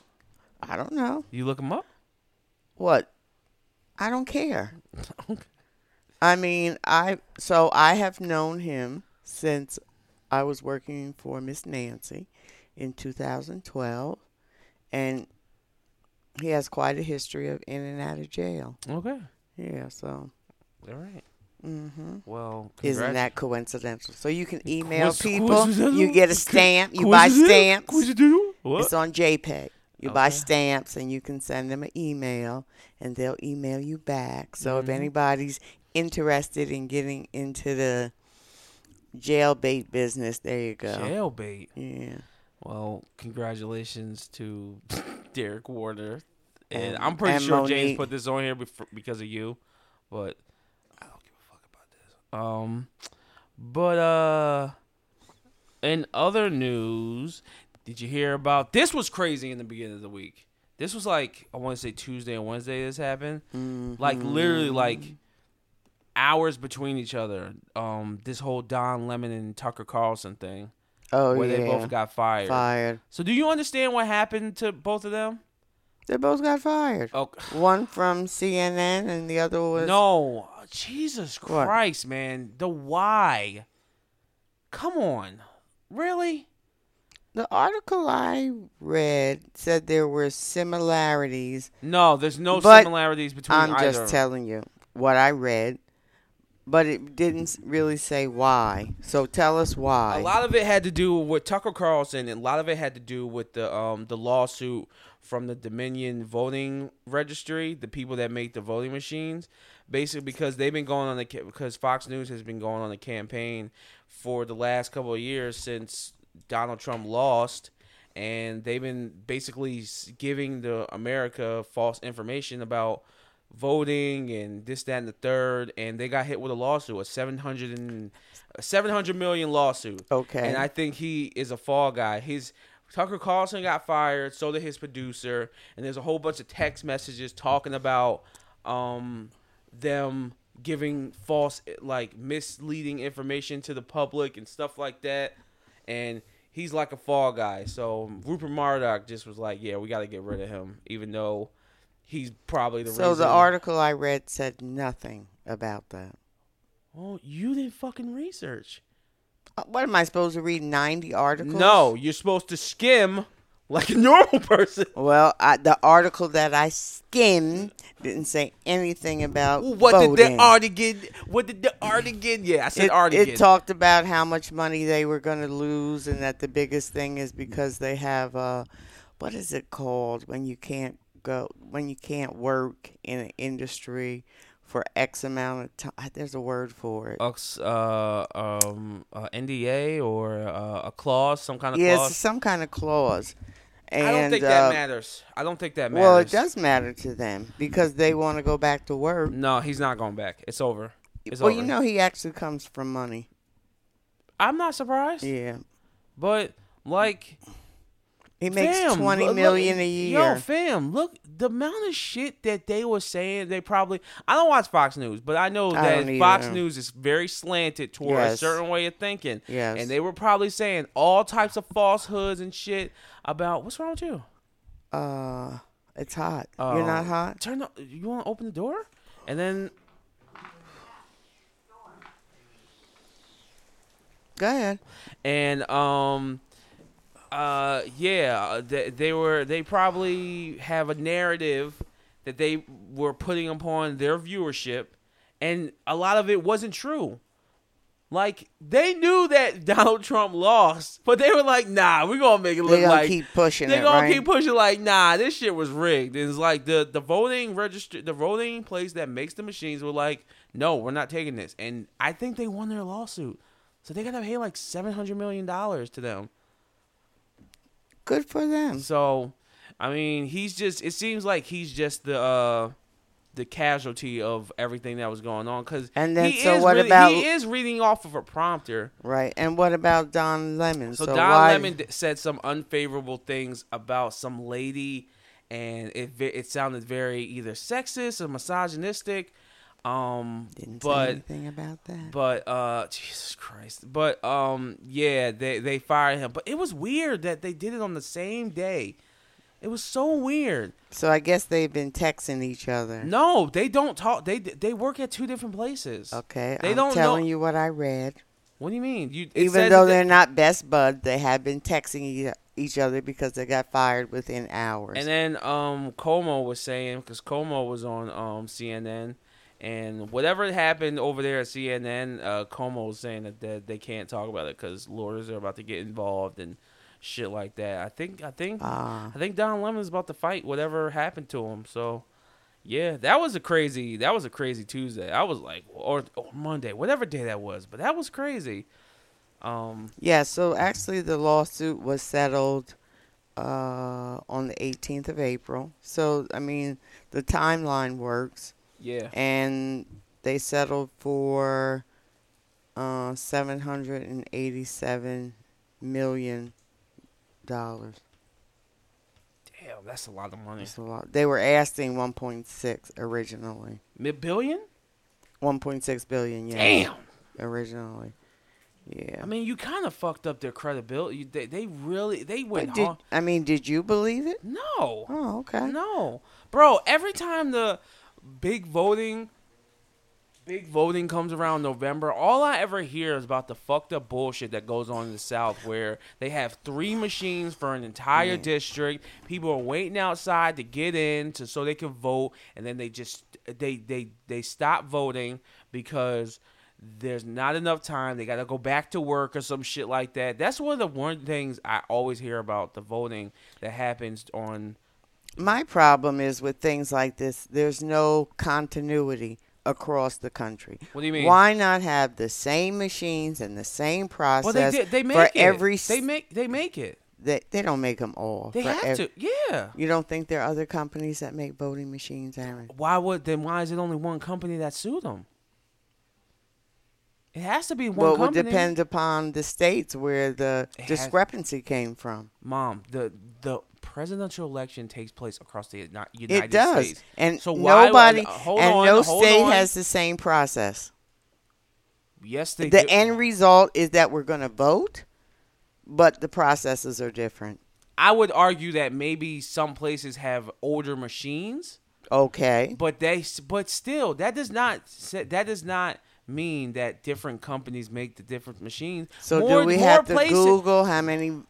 B: I don't know
A: You look him up.
B: what. I don't care.
A: Okay.
B: I mean, I so I have known him since I was working for Miss Nancy in 2012, and he has quite a history of in and out of jail.
A: Okay.
B: Yeah, so
A: All right.
B: hmm
A: Well,
B: isn't
A: congrats.
B: that coincidental? So you can email
A: Coinc-
B: people,
A: coincidental?
B: you get a stamp, you buy
A: Coincidental?
B: stamps.
A: Coincidental? What?
B: It's on JPEG. You buy
A: Okay.
B: stamps and you can send them an email and they'll email you back. So if
A: Mhm.
B: anybody's interested in getting into the jail bait business, there you go.
A: Jail bait.
B: Yeah.
A: Well, congratulations to Derek Warner, and,
B: And-
A: I'm pretty
B: and
A: sure James
B: Monique.
A: put this on here before, because of you, but I don't give a fuck about this. Um, but uh, in other news, did you hear about this? Was crazy in the beginning of the week. This was like I want to say Tuesday and Wednesday. This happened
B: Mm.
A: like literally like hours between each other. Um, this whole Don Lemon and Tucker Carlson thing
B: Oh
A: where
B: yeah.
A: they both got
B: fired.
A: so do you understand what happened to both of them?
B: They both got fired.
A: Oh
B: One from CNN and the other was
A: no, Jesus
B: What?
A: Christ, man! The why? Come on, really?
B: The article I read said there were similarities.
A: No, there's no
B: But
A: similarities between
B: I'm
A: either.
B: just telling you what I read, but it didn't s- really say why. So tell us why.
A: a lot of it had to do with Tucker Carlson, and a lot of it had to do with the um the lawsuit from the Dominion voting registry, the people that make the voting machines, basically because they've been going on the ca- because Fox News has been going on a campaign for the last couple of years since Donald Trump lost, and they've been basically s- giving the America false information about voting and this that and the third and they got hit with a lawsuit a 700 and a 700 million lawsuit
B: okay.
A: and I think he is a fall guy. His Tucker Carlson got fired, so did his producer, and there's a whole bunch of text messages talking about um, them giving false, like misleading information to the public and stuff like that. And he's like a fall guy. So Rupert Murdoch just was like, "Yeah, we got to get rid of him," even though he's probably the
B: so
A: reason.
B: the article I read said nothing about that.
A: Well, Oh, you didn't fucking research.
B: Uh, What am I supposed to read? 90 articles?
A: No, you're supposed to skim like a normal person.
B: Well, I, the article that I skimmed didn't say anything about
A: Well, What
B: voting.
A: did the Artigan? What did the Artigan? Yeah, I said
B: it,
A: Artigan.
B: it talked about how much money they were going to lose and that the biggest thing is because they have uh what is it called when you can't go when you can't work in an industry for x amount of time there's a word for it
A: Ux- uh, um, uh, NDA or uh, a clause, some kind of
B: yeah it's
A: clause.
B: some kind of clause and
A: I don't think
B: uh,
A: that matters. I don't think that matters.
B: well it does matter to them because they want to go back to work
A: No, he's not going back. It's over. It's
B: well
A: over.
B: you know he actually comes from money
A: I'm not surprised.
B: yeah
A: But like,
B: he makes
A: fam,
B: twenty
A: look-
B: million
A: look-
B: a year
A: Yo, fam, look the amount of shit that they were saying. They probably. I don't watch Fox News, but I know
B: I
A: that
B: don't
A: Fox
B: either.
A: News is very slanted toward a
B: Yes.
A: certain way of thinking.
B: Yes.
A: And they were probably saying all types of falsehoods and shit about what's wrong with you.
B: uh It's hot. You're
A: Uh,
B: not hot?
A: Turn the. You want to open the door? And then
B: Go ahead.
A: and um uh yeah they, they were they probably have a narrative that they were putting upon their viewership and a lot of it wasn't true like they knew that Donald Trump lost, but they were like, "Nah, we're gonna make it look
B: They're gonna
A: like
B: keep pushing
A: They're
B: it,
A: gonna
B: right?
A: keep pushing like, "Nah, this shit was rigged." And it's like the the voting register, the voting place that makes the machines were like, "No, we're not taking this." And I think they won their lawsuit, so they gotta pay like seven hundred million dollars to them.
B: Good for them.
A: So, I mean, he's just. It seems like he's just the uh, the casualty of everything that was going on. Because
B: And then,
A: he
B: so
A: is
B: what
A: really-
B: about-
A: he is reading off of a prompter.
B: Right. And what about Don Lemon?
A: So, Don Lemon d- said some unfavorable things about some lady, and it ve- it sounded very either sexist or misogynistic. Um,
B: didn't
A: but
B: say anything about that.
A: but uh Jesus Christ. But um yeah, they they fired him. But it was weird that they did it on the same day. It was so weird.
B: so I guess they've been texting each other.
A: No, they don't talk. They they work at two different places.
B: Okay.
A: They
B: I'm
A: don't
B: telling
A: know-
B: you what I read.
A: What do you mean? You it
B: Even
A: says
B: though
A: that
B: they're not best buds, they have been texting e- each other because they got fired within hours.
A: And then um Como was saying because Como was on um CNN. And whatever happened over there at CNN, uh, Como was saying that, that they can't talk about it because lawyers are about to get involved and shit like that. I think I think
B: Ah.
A: I think Don Lemon's about to fight whatever happened to him. So, yeah, that was a crazy. That was a crazy Tuesday. I was like, or, or Monday, whatever day that was. But that was crazy. Um,
B: yeah, so actually the lawsuit was settled uh, on the 18th of April. So, I mean, the timeline works.
A: yeah,
B: And they settled for uh, $787 million.
A: damn, that's a lot of money.
B: That's a lot. They were asking 1.6 originally.
A: Mid billion?
B: 1.6 billion, yeah.
A: Damn.
B: originally. Yeah.
A: I mean, you kind of fucked up their credibility. You- They, they really they
B: But
A: went
B: did,
A: hard.
B: I mean, did you believe it?
A: No,
B: Oh, okay.
A: No, bro. Every time the big voting, big voting comes around November, all I ever hear is about the fucked up bullshit that goes on in the South, where they have three machines for an entire district. People are waiting outside to get in to so they can vote, and then they just they they they stop voting because. There's not enough time. They got to go back to work or some shit like that. That's one of the one things I always hear about the voting that happens on
B: My problem is with things like this, there's no continuity across the country.
A: What do you mean?
B: Why not have the same machines and the same process
A: Well, they did. They make
B: for
A: it.
B: every s-
A: they make they make it.
B: they, they don't make them all.
A: They
B: for
A: have
B: ev-
A: to. Yeah.
B: You don't think there are other companies that make voting machines, Aaron?
A: Why would then? Why is it only one company that sued them? It has to be one
B: well, it would
A: company.
B: depend upon the states where the
A: It has-
B: discrepancy came from.
A: Mom, the the presidential election takes place across the Uni- United
B: It does,
A: States.
B: and
A: so why would-
B: nobody
A: hold
B: and
A: on,
B: no
A: hold
B: state
A: on.
B: has the same process.
A: Yes, they.
B: The
A: do.
B: end result is that we're going to vote, but the processes are different.
A: I would argue that maybe some places have older machines.
B: Okay,
A: But they, but still, that does not sa- that does not mean that different companies make the different machines.
B: so
A: More-
B: do we
A: more
B: have to
A: places-
B: Google how many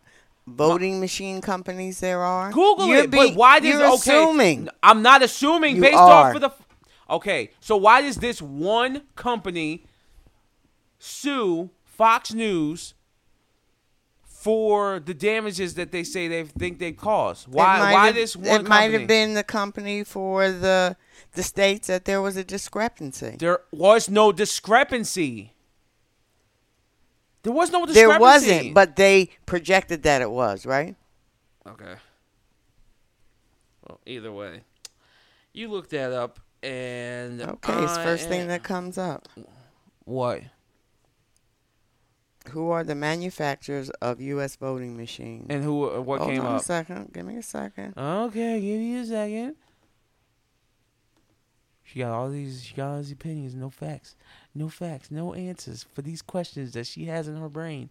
B: voting machine companies there are?
A: Google
B: You're
A: it.
B: be-
A: but why does
B: you're
A: okay,
B: assuming?
A: I'm not assuming
B: You
A: based
B: are.
A: off of the. f- Okay, so why does this one company sue Fox News for the damages that they say they think they caused?
B: It
A: Why?
B: might
A: Why
B: have-
A: this one?
B: It might
A: company?
B: have been the company for the the states that there was a discrepancy.
A: There was no discrepancy. There was no discrepancy.
B: There wasn't, but they projected that it was right.
A: Okay. Well, either way, you look that up and
B: Okay, it's
A: I
B: first thing
A: am-
B: that comes up.
A: what?
B: Who are the manufacturers of U.S. voting machines?
A: And who? uh, What
B: Hold
A: came
B: on
A: up?
B: a second. Give me a second.
A: Okay, give you a second. She got all these. She got all these opinions. No facts. No facts. No answers for these questions that she has in her brain.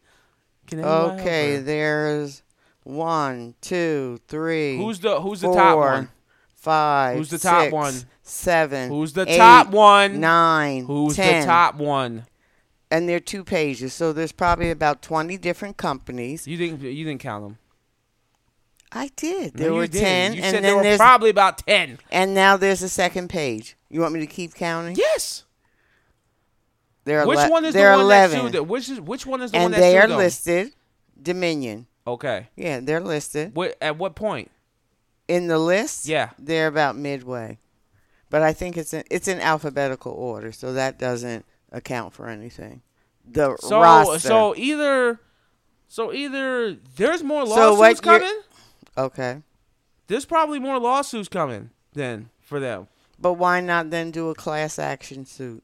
A: Can anyone help
B: Okay,
A: her?
B: there's one, two, three,
A: Who's the Who's the top
B: four,
A: one?
B: five,
A: Who's the top
B: six,
A: one?
B: seven,
A: Who's the
B: eight,
A: top one?
B: nine,
A: Who's the
B: 10.
A: top one?
B: And they're two pages, so there's probably about twenty different companies.
A: You didn't you didn't count them.
B: I did.
A: No,
B: There
A: you
B: were
A: didn't.
B: ten,
A: You said
B: and then
A: there were
B: there's
A: probably about ten.
B: and now there's a second page. You want me to keep counting?
A: Yes.
B: There are
A: Which
B: ele-
A: one is the
B: there are
A: one that
B: 11,
A: sued them? Which is which one is the one
B: and
A: that
B: they
A: sued
B: are
A: them?
B: listed. Dominion.
A: Okay.
B: Yeah, they're listed
A: What at what point?
B: in the list.
A: Yeah.
B: they're about midway, but I think it's in it's in alphabetical order, so that doesn't account for anything. The
A: So
B: roster.
A: so either so either there's more
B: So
A: lawsuits
B: what you're-
A: coming.
B: okay,
A: There's probably more lawsuits coming then for them
B: but why not then do a class action suit?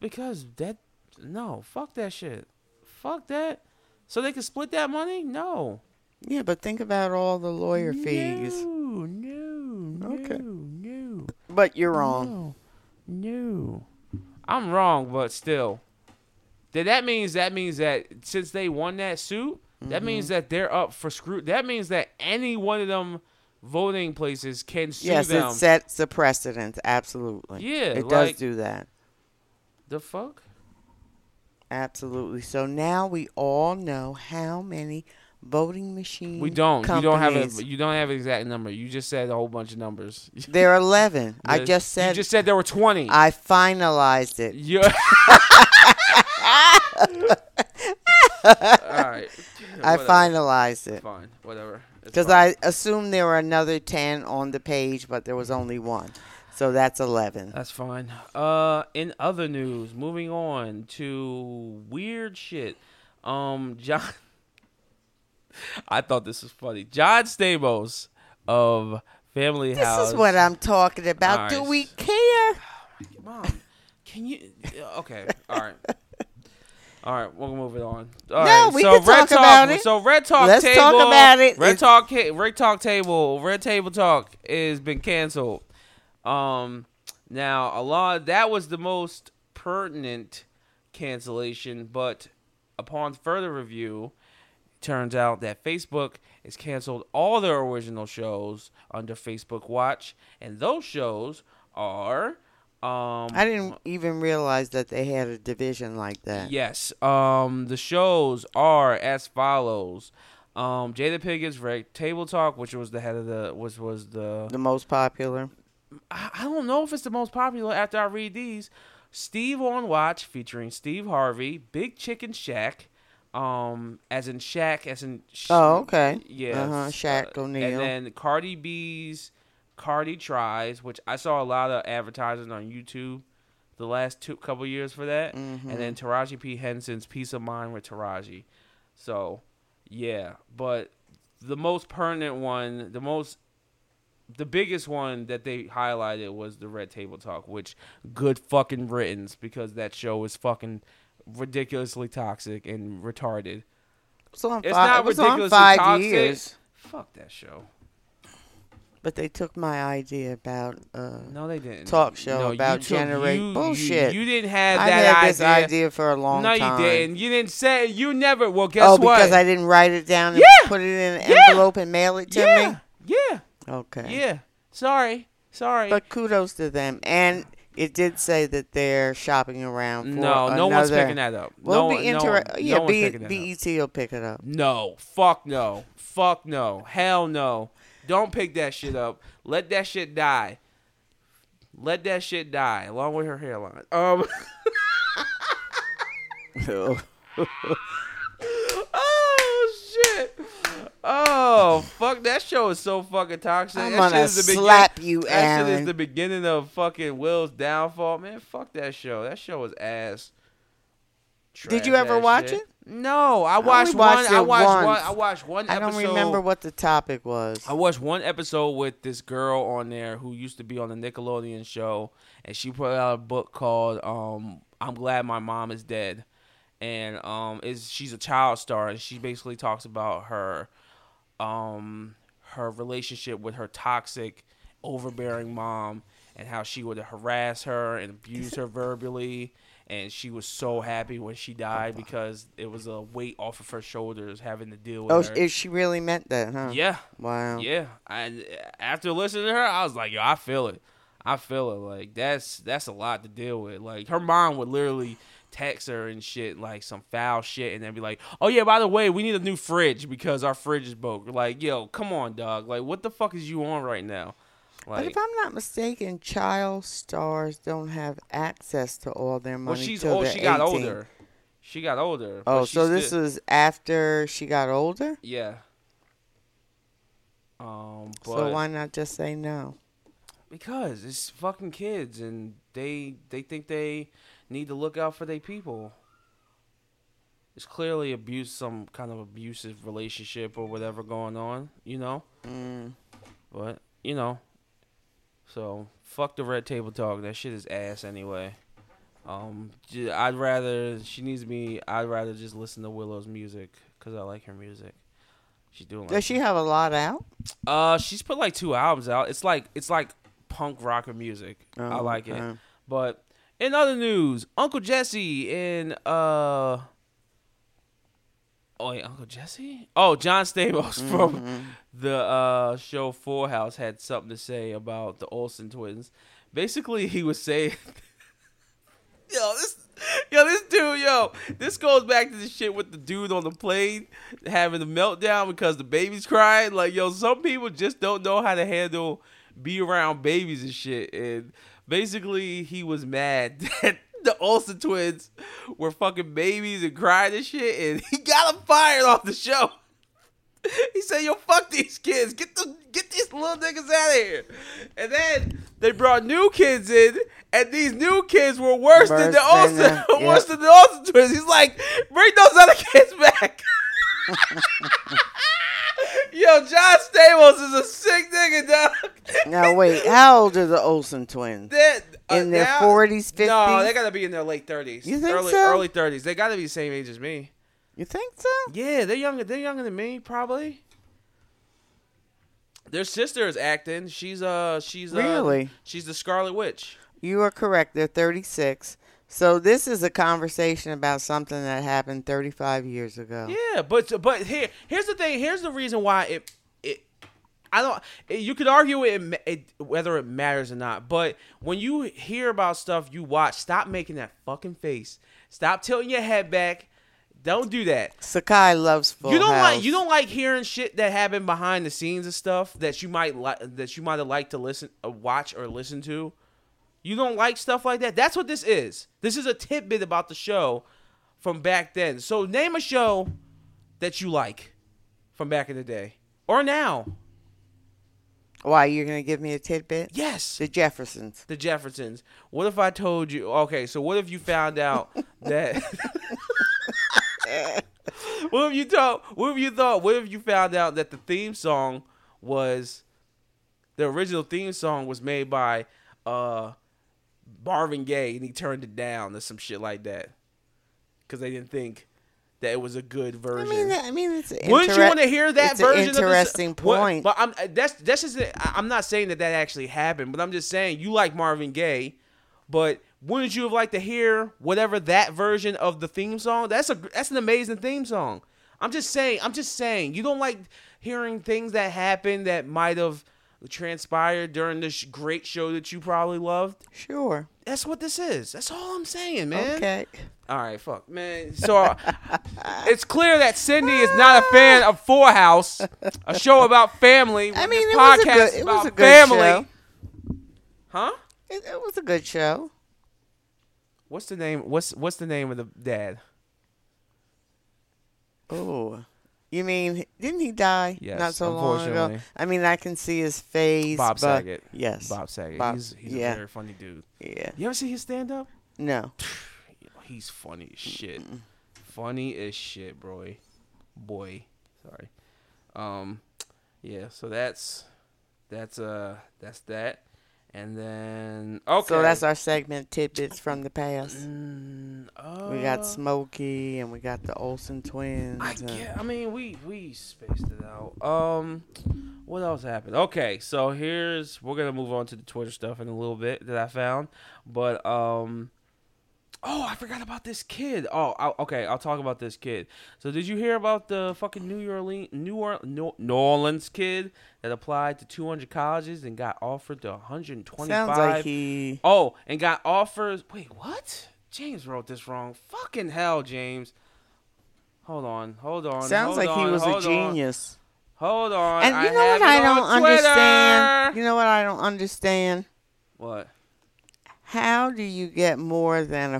A: because that no fuck that shit fuck that so they can split that money no
B: Yeah, but think about all the lawyer fees.
A: no no
B: Okay.
A: no no
B: But you're wrong.
A: no Oh, I'm wrong but still then that means that means that since they won that suit that means
B: Mm-hmm.
A: that they're up for screw that means that any one of them voting places can sue
B: yes,
A: them
B: it sets a precedent. Absolutely.
A: Yeah,
B: it
A: like-
B: does do that.
A: the fuck
B: Absolutely. So now we all know how many voting machines.
A: We don't. You don't have a. You don't have an exact number. You just said a whole bunch of numbers.
B: There are eleven. I
A: Yes.
B: just
A: You
B: said.
A: just said there were twenty.
B: I finalized it.
A: you All right.
B: I
A: Whatever.
B: finalized it
A: Fine. Whatever. It's
B: because
A: fine.
B: I assumed there were another ten on the page, but there was only one, so that's eleven.
A: That's fine. Uh, in other news, moving on to weird shit. Um, John. I thought this was funny. John Stamos of Family
B: This
A: House.
B: is what I'm talking about.
A: All
B: Do
A: right.
B: we care?
A: Mom, can you?
B: uh,
A: yeah, Okay, all right. All right, we'll move it on. All
B: No,
A: right,
B: we
A: so
B: can
A: Red
B: talk about it.
A: So Red Talk
B: Let's
A: Table.
B: talk about it.
A: Red
B: It's-
A: Talk, ca- Red Talk Table, Red Table Talk has been canceled. Um, now a lot that was the most pertinent cancellation, but upon further review, turns out that Facebook has canceled all their original shows under Facebook Watch, and those shows are. Um,
B: I didn't even realize that they had a division like that.
A: Yes. Um, the shows are as follows. Um, Jada Pickett's Reg- Table Talk, which was the head of the, which was the,
B: The most popular.
A: I, I don't know if it's the most popular after I read these. Steve on Watch featuring Steve Harvey, Big Chicken Shack, um, as in Shack, as in. Sh-
B: Oh, okay.
A: Yeah.
B: Uh-huh, Shaq O'Neal.
A: And then Cardi B's Cardi Tries, which I saw a lot of advertising on YouTube the last two couple years for that. And then
B: Mm-hmm.
A: Taraji P. Henson's Peace of Mind with Taraji. So, yeah. But the most pertinent one, the most the biggest one that they highlighted was the Red Table Talk, which good fucking riddance because that show is fucking ridiculously toxic and retarded.
B: It was on,
A: It's
B: fi-
A: not
B: it was on
A: ridiculously
B: five
A: toxic.
B: years,
A: Fuck that show.
B: but they took my idea about. Uh,
A: No, they didn't.
B: Talk show
A: no, you
B: about
A: took-
B: generate-
A: you- you-
B: Bullshit.
A: You, didn't have
B: I
A: that
B: had
A: idea.
B: this idea for a long
A: no,
B: time.
A: you didn't. You didn't say. You never. Well, guess
B: Oh,
A: what?
B: because I didn't write it down and
A: Yeah.
B: put it in an
A: Yeah.
B: envelope and mail it to
A: yeah, yeah,
B: me. Okay.
A: yeah. Sorry, sorry.
B: But kudos to them. And it did say that they're shopping around. For
A: no, no one's
B: another-
A: picking that up.
B: Well,
A: no,
B: be
A: no,
B: inter-
A: no
B: Yeah,
A: one's
B: B-
A: picking that up.
B: BET will pick it up.
A: No, fuck no, fuck no, hell no. Don't pick that shit up. Let that shit die. Let that shit die, along with her hairline. Um. oh shit. Oh fuck! That show is so fucking toxic.
B: I'm
A: that
B: gonna
A: shit is the
B: slap
A: begin-
B: you,
A: That shit is
B: Aaron.
A: the beginning of fucking Will's downfall. Man, fuck that show. That show was ass.
B: Did you
A: Trash
B: ever
A: ass
B: watch
A: shit.
B: it?
A: No, I
B: only
A: watched,
B: watched
A: one. I
B: it
A: watched one.
B: once.
A: I watched one.
B: I don't
A: episode.
B: remember what the topic was.
A: I watched one episode with this girl on there who used to be on the Nickelodeon show, and she put out a book called um, "I'm Glad My Mom Is Dead," and um, is she's a child star, and she basically talks about her um, her relationship with her toxic, overbearing mom, and how she would harass her and abuse her verbally. And she was so happy when she died because it was a weight off of her shoulders having to deal with
B: Oh,
A: her.
B: is she really meant that, huh?
A: yeah,
B: Wow.
A: yeah. I after listening to her, I was like, yo, I feel it. I feel it. Like that's that's a lot to deal with. Like her mom would literally text her and shit, like some foul shit, and then be like, oh yeah, by the way, we need a new fridge because our fridge is broke. Like, yo, come on, dog. Like, what the fuck is you on right now?
B: But if I'm not mistaken, child stars don't have access to all their money.
A: well, she's
B: till
A: old.
B: they're
A: She got
B: 18.
A: older. She got older. but
B: Oh,
A: she
B: so this
A: still-
B: is after she got older?
A: yeah. Um, but
B: so why not just say no?
A: Because it's fucking kids, and they they think they need to look out for their people. It's clearly abuse, some kind of abusive relationship or whatever going on, you know.
B: Mm.
A: But you know, so fuck the red table talk. That shit is ass anyway. Um, j- I'd rather she needs me. I'd rather just listen to Willow's music because I like her music. She's doing. like
B: Does she have a lot out?
A: uh, she's put like two albums out. It's like it's like punk rocker music. I
B: Oh,
A: like it.
B: okay.
A: But in other news, Uncle Jesse and uh, oh wait, Uncle Jesse? Oh, John Stamos
B: Mm-hmm.
A: from the uh show Full House had something to say about the Olsen twins. Basically, he was saying. Yo, this yo, this dude, yo, this goes back to the shit with the dude on the plane having a meltdown because the baby's crying. Like, yo, some people just don't know how to handle be around babies and shit. And basically he was mad that the Olsen twins were fucking babies and crying and shit, and he got them fired off the show. He said, "Yo, fuck these kids. Get them, get these little niggas out of here." And then they brought new kids in, and these new kids were worse than the
B: Worse
A: Austin,
B: than the- yep.
A: worse than the Austin twins. He's like, "Bring those other kids back." Yo, John Stamos is a sick nigga, dog.
B: Now wait, how old are the Olsen twins?
A: That- uh,
B: In their
A: now-
B: 40s, 50s?
A: No, they gotta be in their late thirties.
B: You think
A: early,
B: so?
A: Early thirties. They gotta be the same age as me.
B: you think so?
A: Yeah, they're younger. They're younger than me, probably. Their sister is acting. She's uh, she's uh,
B: Really?
A: she's the Scarlet Witch.
B: You are correct. They're 36. So this is a conversation about something that happened 35 years ago.
A: Yeah, but but here here's the thing. Here's the reason why it it I don't. It, you could argue it, ma- it whether it matters or not, but when you hear about stuff you watch, stop making that fucking face. Stop tilting your head back. Don't do that.
B: Sakai loves Full
A: you don't
B: House.
A: like you don't like hearing shit that happened behind the scenes and stuff that you might like that you might have liked to listen uh, watch or listen to you don't like stuff like that that's what this is this is a tidbit about the show from back then so name a show that you like from back in the day or now
B: Why you're gonna give me a tidbit?
A: yes
B: The Jeffersons.
A: the jeffersons what if i told you okay so what if you found out that what if you thought what if you thought what if you found out that the theme song was the original theme song was made by uh marvin gaye and he turned it down or some shit like that because they didn't think that it was a good
B: I
A: version
B: mean, I mean, it's.
A: wouldn't you
B: intere-
A: want to hear that
B: it's an
A: version? of the-
B: interesting
A: What-
B: point.
A: but I'm uh, that's that's just it. I- I'm not saying that that actually happened, but I'm just saying you like Marvin Gaye, but wouldn't you have liked to hear whatever that version of the theme song? That's a that's an amazing theme song. I'm just saying. I'm just saying you don't like hearing things that happened that might have transpired during this sh- great show that you probably loved.
B: sure.
A: That's what this is. That's all I'm saying, man.
B: Okay.
A: All right, fuck, man. So it's clear that Cindy is not a fan of Four House, a show about family.
B: I
A: when
B: mean,
A: this
B: it was a
A: podcast
B: good-
A: is
B: it was
A: about
B: a good show.
A: Huh?
B: It, it was a good show.
A: What's the name? What's what's the name of the dad?
B: Oh, you mean didn't he die?
A: Yes,
B: not so long ago.
A: unfortunately.
B: I mean, I can see his face.
A: Bob
B: but-
A: Saget.
B: Yes.
A: Bob Saget.
B: Bob-
A: he's he's
B: yeah.
A: a very funny dude.
B: Yeah.
A: You ever see his stand up?
B: No.
A: He's funny as shit. Funny as shit, boy. Boy. Sorry. Um yeah, so that's that's uh that's that. And then okay.
B: So that's our segment tidbits from the past.
A: Mm,
B: We got
A: uh,
B: Smokey and we got the Olsen twins. uh,
A: I
B: and-
A: get, I mean, we we spaced it out. Um, What else happened? Okay, so here's we're gonna move on to the Twitter stuff in a little bit that I found, but um, oh, I forgot about this kid. Oh, I, okay, I'll talk about this kid. So did you hear about the fucking New Orleans, New, or- New, New Orleans kid that applied to 200 colleges and got offered to 125?
B: Sounds like he.
A: Oh, and got offers. Wait, what? James wrote this wrong. Fucking hell, James. Hold on, hold on.
B: Sounds
A: hold
B: like he
A: on,
B: was a
A: hold on.
B: genius.
A: Hold on.
B: And you know
A: have
B: what
A: it
B: I
A: on
B: don't
A: Twitter.
B: understand? You know what I don't understand?
A: What?
B: How do you get more than a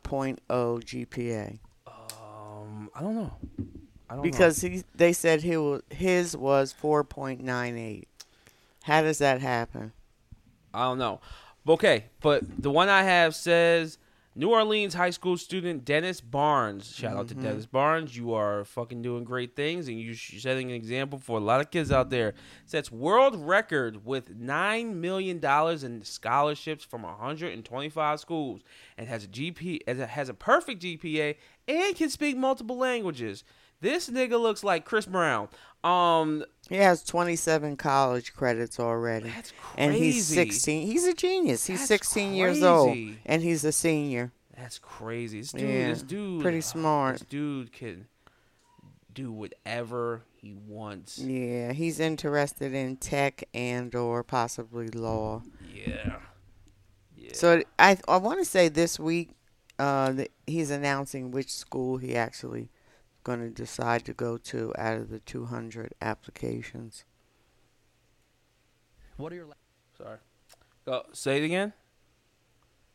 B: 4.0 GPA?
A: Um, I don't know. I don't
B: Because he, they said he wa- his was 4.98. How does that happen?
A: know. I don't know. Okay, but the one I have says New Orleans high school student Dennis Barnes. Shout out to
B: Mm-hmm.
A: Dennis Barnes. You are fucking doing great things, and you're setting an example for a lot of kids out there. Sets world record with nine million dollars in scholarships from 125 schools, and has a GP as has a perfect GPA and can speak multiple languages. This nigga looks like Chris Brown. Um,
B: He has 27 college credits already.
A: That's
B: And he's
A: crazy.
B: 16. He's a genius. He's
A: That's
B: 16 years old.
A: crazy.
B: And he's a senior.
A: That's crazy. This dude,
B: Yeah,
A: this dude, uh,
B: pretty smart.
A: This dude can do whatever he wants.
B: Yeah, he's interested in tech and or possibly law.
A: Yeah, yeah.
B: So I I want to say this week, uh, that he's announcing which school he actually going to decide to go to out of the 200 applications.
D: What are your la-
A: sorry. Go say it again.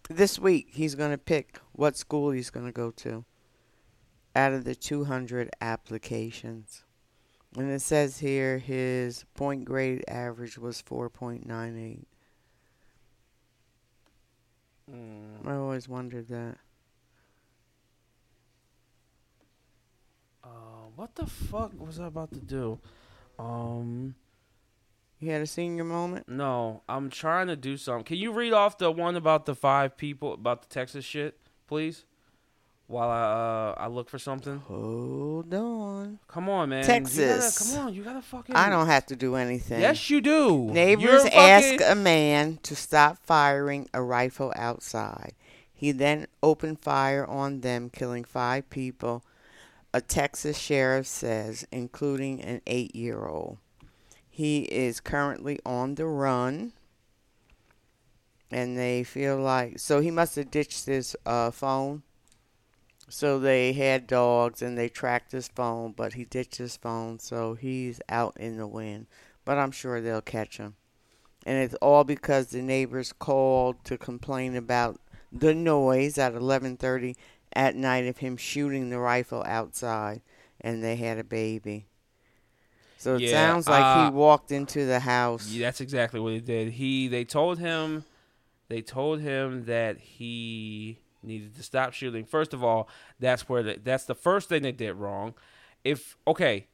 B: This week he's going to pick what school he's going to go to out of the 200 applications. And it says here his point grade average was 4.98.
A: Mm,
B: I always wondered that.
A: uh, what the fuck was I about to do? Um,
B: You had a senior moment?
A: no, I'm trying to do something. Can you read off the one about the five people about the Texas shit, please? While I uh, I look for something.
B: Hold on.
A: Come on, man. You
B: Texas.
A: gotta, come on, you gotta fucking.
B: I don't have to do anything.
A: Yes, you do. You're
B: Neighbors
A: fucking-
B: ask a man to stop firing a rifle outside. He then opened fire on them, killing five people, a Texas sheriff says, including an eight year old. He is currently on the run. And they feel like, so he must have ditched his uh, phone. So they had dogs and they tracked his phone, but he ditched his phone, so he's out in the wind. But I'm sure they'll catch him. And it's all because the neighbors called to complain about the noise at 11:30 at night of him shooting the rifle outside, and they had a baby. So it
A: Yeah,
B: sounds like
A: uh,
B: he walked into the house.
A: Yeah, that's exactly what he did. He they told him they told him that he needed to stop shooting. First of all, that's where the, that's the first thing they did wrong. If okay.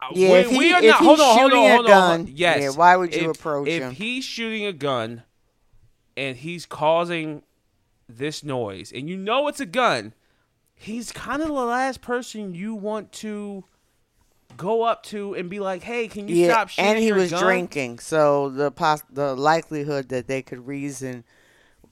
A: Uh,
B: Yeah, if he- if he's shooting a gun,
A: Yes.
B: yeah, why would you
A: If-
B: approach him?
A: If he's shooting a gun and he's causing this noise and you know it's a gun, he's kind of the last person you want to go up to and be like, "Hey, can you stop shooting?"
B: and he
A: your
B: was
A: gun?"
B: drinking, so the pos- the likelihood that they could reason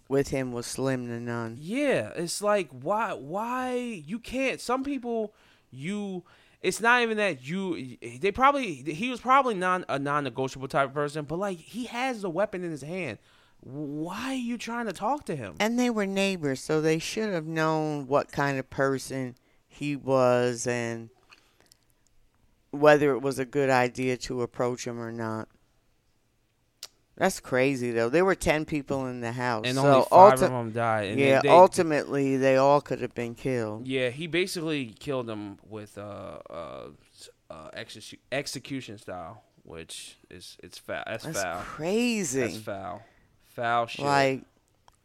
B: with him was slim to none.
A: Yeah, it's like why why you can't some people you it's not even that you they probably he was probably non a non-negotiable type of person, but like he has the weapon in his hand. Why are you trying to talk to him?
B: And they were neighbors, so they should have known what kind of person he was and whether it was a good idea to approach him or not. That's crazy, though. There were ten people in the house,
A: And
B: so
A: only five
B: ulti-
A: of them died. And
B: yeah,
A: they, they-
B: ultimately they all could have been killed.
A: yeah, he basically killed him with uh uh, s- uh execu- execution style, which is it's foul. That's,
B: That's
A: foul.
B: crazy.
A: That's foul. Foul shit.
B: like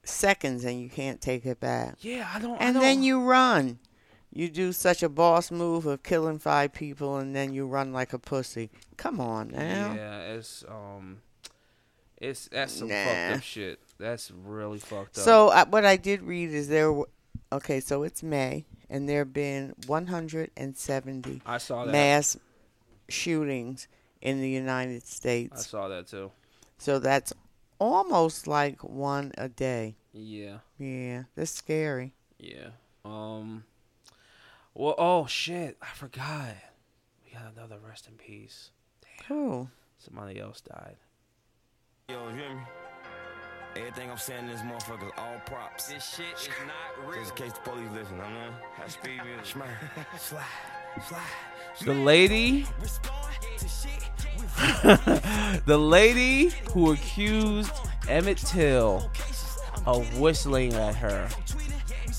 B: seconds and you can't take it back.
A: yeah, I don't. I
B: And
A: don't-
B: then you run. You do such a boss move of killing five people and then you run like a pussy. Come on now.
A: Yeah, it's um, it's that's some
B: Nah.
A: fucked up shit. That's really fucked up.
B: So I, what I did read is there. w- Okay, so it's May and there have been 170
A: I saw Oh, that.
B: mass shootings in the United
A: I
B: States.
A: saw that too.
B: So that's almost like one a day.
A: Yeah,
B: Yeah, that's scary.
A: yeah. Um. Well, oh shit, I forgot. We got another rest in peace.
B: Cool.
A: Somebody else died.
D: Yo, you hear me? Everything I'm saying in this motherfucker is all props.
E: This shit is not real.
D: Just in case the police listen, I mean. High speed music. Shmurr. Slide. Slide.
A: The lady,
D: Respond to shit. We
A: the lady who accused Emmett Till of whistling at her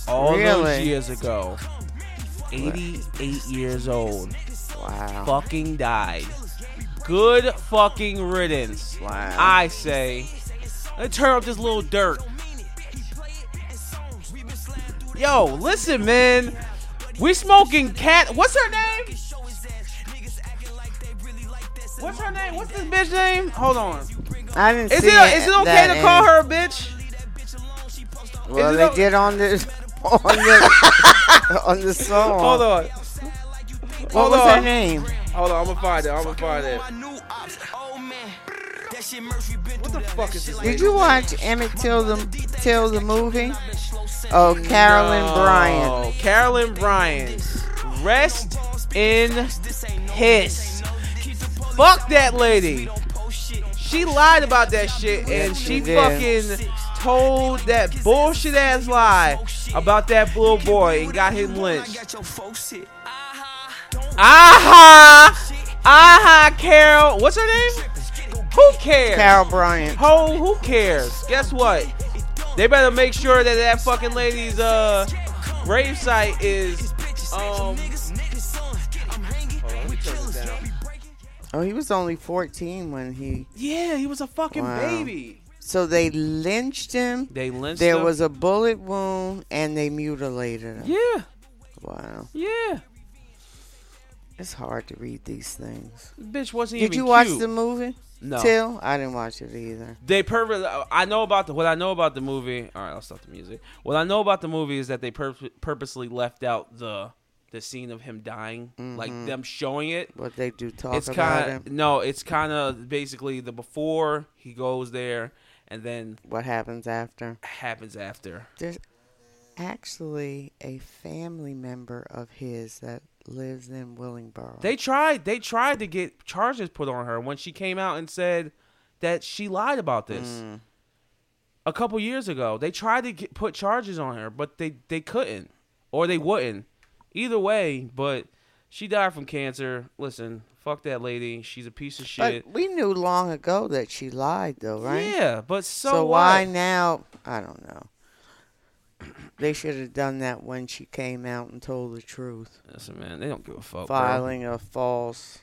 A: all those
B: Really?
A: years ago, 88 years old,
B: Wow.
A: fucking died. Good fucking riddance.
B: Wow.
A: I say, let's turn up this little dirt. Yo, listen, man. We smoking cat. What's her name? What's her name? What's this bitch name? Hold on.
B: I didn't
A: Is it,
B: see
A: is it okay
B: that
A: to call
B: end.
A: her a bitch?
B: Well,
A: is it
B: they
A: o-
B: did on this on the on the song.
A: Hold on.
B: What
A: Hold
B: was
A: on.
B: her name?
A: Hold on. I'm gonna find it. I'm gonna find it.
D: my new ops. Oh man. That shit Murphy been
A: What the fuck is this?
B: Did you watch Emmett Till the Till the movie? Oh, Carolyn Bryant.
A: Oh, Carolyn Bryant. Rest in piss. Fuck that lady. She lied about that shit and
B: Yes,
A: she
B: she did.
A: fucking told that bullshit ass lie about that little boy and got him lynched. Aha! Aha, Carol. What's her name? Who cares?
B: Carol Bryant.
A: Ho, who cares? Guess what? They better make sure that that fucking lady's uh gravesite is um.
B: Oh, he was only 14 when he.
A: Yeah, he was a fucking
B: Wow.
A: baby.
B: So they lynched him.
A: They lynched
B: There
A: him.
B: was a bullet wound, and they mutilated him.
A: yeah,
B: Wow,
A: yeah.
B: it's hard to read these things.
A: Bitch wasn't even.
B: Did you watch
A: cute.
B: the movie?
A: No.
B: Till I didn't watch it either.
A: They purpose. I know about the what I know about the movie. All right, I'll stop the music. What I know about the movie is that they pur- purposely left out the the scene of him dying, like
B: Mm-hmm.
A: them showing it.
B: But they do talk
A: it's
B: about
A: kind
B: him.
A: no it's kind of basically the before he goes there and then
B: What happens after?
A: happens after
B: There's actually a family member of his that lives in Willingboro.
A: they tried they tried to get charges put on her when she came out and said that she lied about this
B: Mm.
A: a couple years ago they tried to get, put charges on her but they they couldn't or they wouldn't either way but she died from cancer listen fuck that lady she's a piece of shit
B: but we knew long ago that she lied, though, right?
A: yeah but so,
B: So, why
A: what?
B: now? I don't know. They should have done that when she came out and told the truth,
A: listen man they don't give a fuck Oh, bro.
B: filing a false.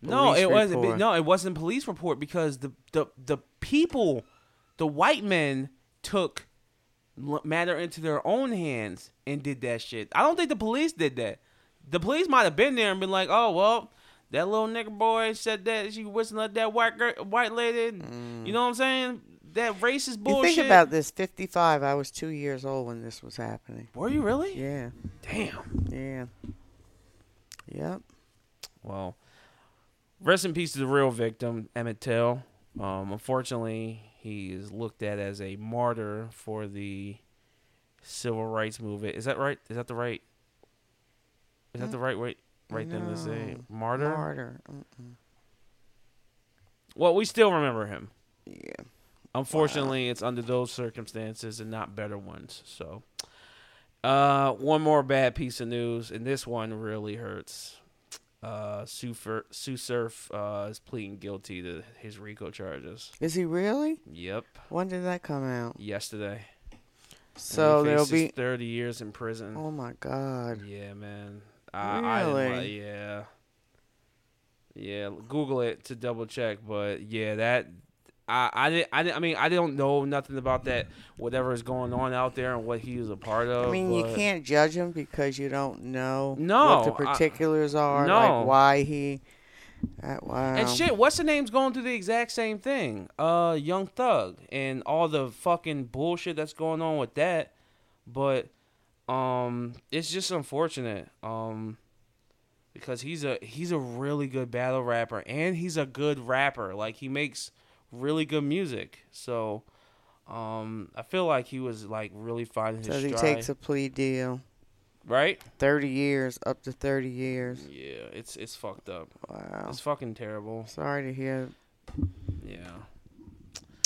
A: No,
B: police
A: it wasn't. be-
B: report.
A: No, it wasn't police report because the the the people, the white men took l- matter into their own hands and did that shit. I don't think the police did that. The police might have been there and been like, "Oh well, that little nigga boy said that she whistling at that white girl, white lady." and- You know what I'm saying? That racist
B: Mm. You
A: bullshit.
B: think about this. Fifty-five. I was two years old when this was happening.
A: Were you really?
B: Yeah.
A: Damn.
B: Yeah. Yep.
A: Well, rest in peace to the real victim, Emmett Till. Um, unfortunately, he is looked at as a martyr for the civil rights movement. Is that right? Is that the right? Is that the right way? Right thing to say
B: No.
A: martyr.
B: Martyr. Mm,
A: well, we still remember him.
B: Yeah.
A: Unfortunately, it's under those circumstances and not better ones. So, uh, one more bad piece of news, and this one really hurts. Uh, Sue, Fur- Sue Surf uh, is pleading guilty to his RICO charges.
B: Is he really?
A: Yep,
B: When did that come out?
A: yesterday.
B: So
A: And he
B: there'll
A: faces
B: be.
A: thirty years in prison.
B: Oh my God.
A: Yeah, man. I, I didn't
B: Really?
A: like, yeah. Yeah, Google it to double check, but yeah, that I I didn't, I didn't I mean I don't know nothing about that whatever is going on out there and what he was a part of.
B: I mean, you
A: but-
B: can't judge him because you don't know
A: No,
B: what the
A: I-
B: particulars are,
A: no.
B: like why he. Uh, wow.
A: And shit, what's the name's going through the exact same thing? Uh, Young Thug and all the fucking bullshit that's going on with that. But um, it's just unfortunate. Um, because he's a he's a really good battle rapper and he's a good rapper. Like he makes really good music. So um I feel like he was like really finding his
B: So he
A: stride.
B: takes a plea deal.
A: right?
B: Thirty years, up to thirty years.
A: Yeah, it's it's fucked up.
B: Wow.
A: It's fucking terrible.
B: Sorry to hear.
A: Yeah.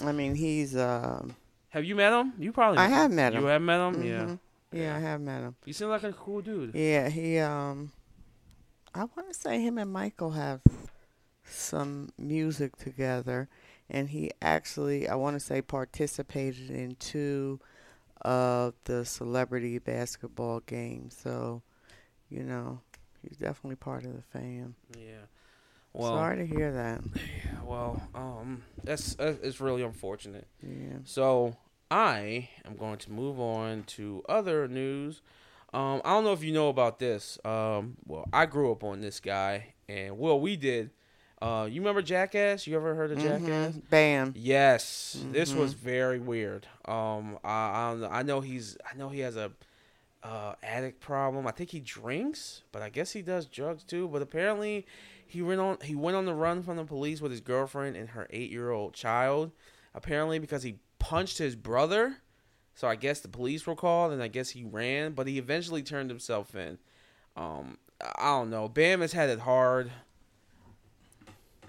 B: I mean, he's. Um,
A: Have you met him? You probably
B: I have met him.
A: You have met him? Yeah.
B: Mhm. yeah, I have met him.
A: You seem like a cool dude.
B: Yeah, he. Um, I want to say him and Michael have some music together, and he actually, I want to say, participated in two of the celebrity basketball games. So, you know, he's definitely part of the fam.
A: Yeah. Well,
B: Sorry to hear that.
A: well, um, that's uh, it's really unfortunate.
B: Yeah.
A: So I am going to move on to other news. Um, I don't know if you know about this. Um, well, I grew up on this guy, and well, we did. Uh, you remember Jackass? You ever heard of Jackass?
B: Mhm. Bam.
A: Yes, this was very weird. Um, I I, don't know. I know he's I know he has a uh, addict problem. I think he drinks, but I guess he does drugs too. But apparently, he went on he went on the run from the police with his girlfriend and her eight year old child. Apparently, because he punched his brother, so I guess the police were called, and I guess he ran. But he eventually turned himself in. Um, I I don't know. Bam has had it hard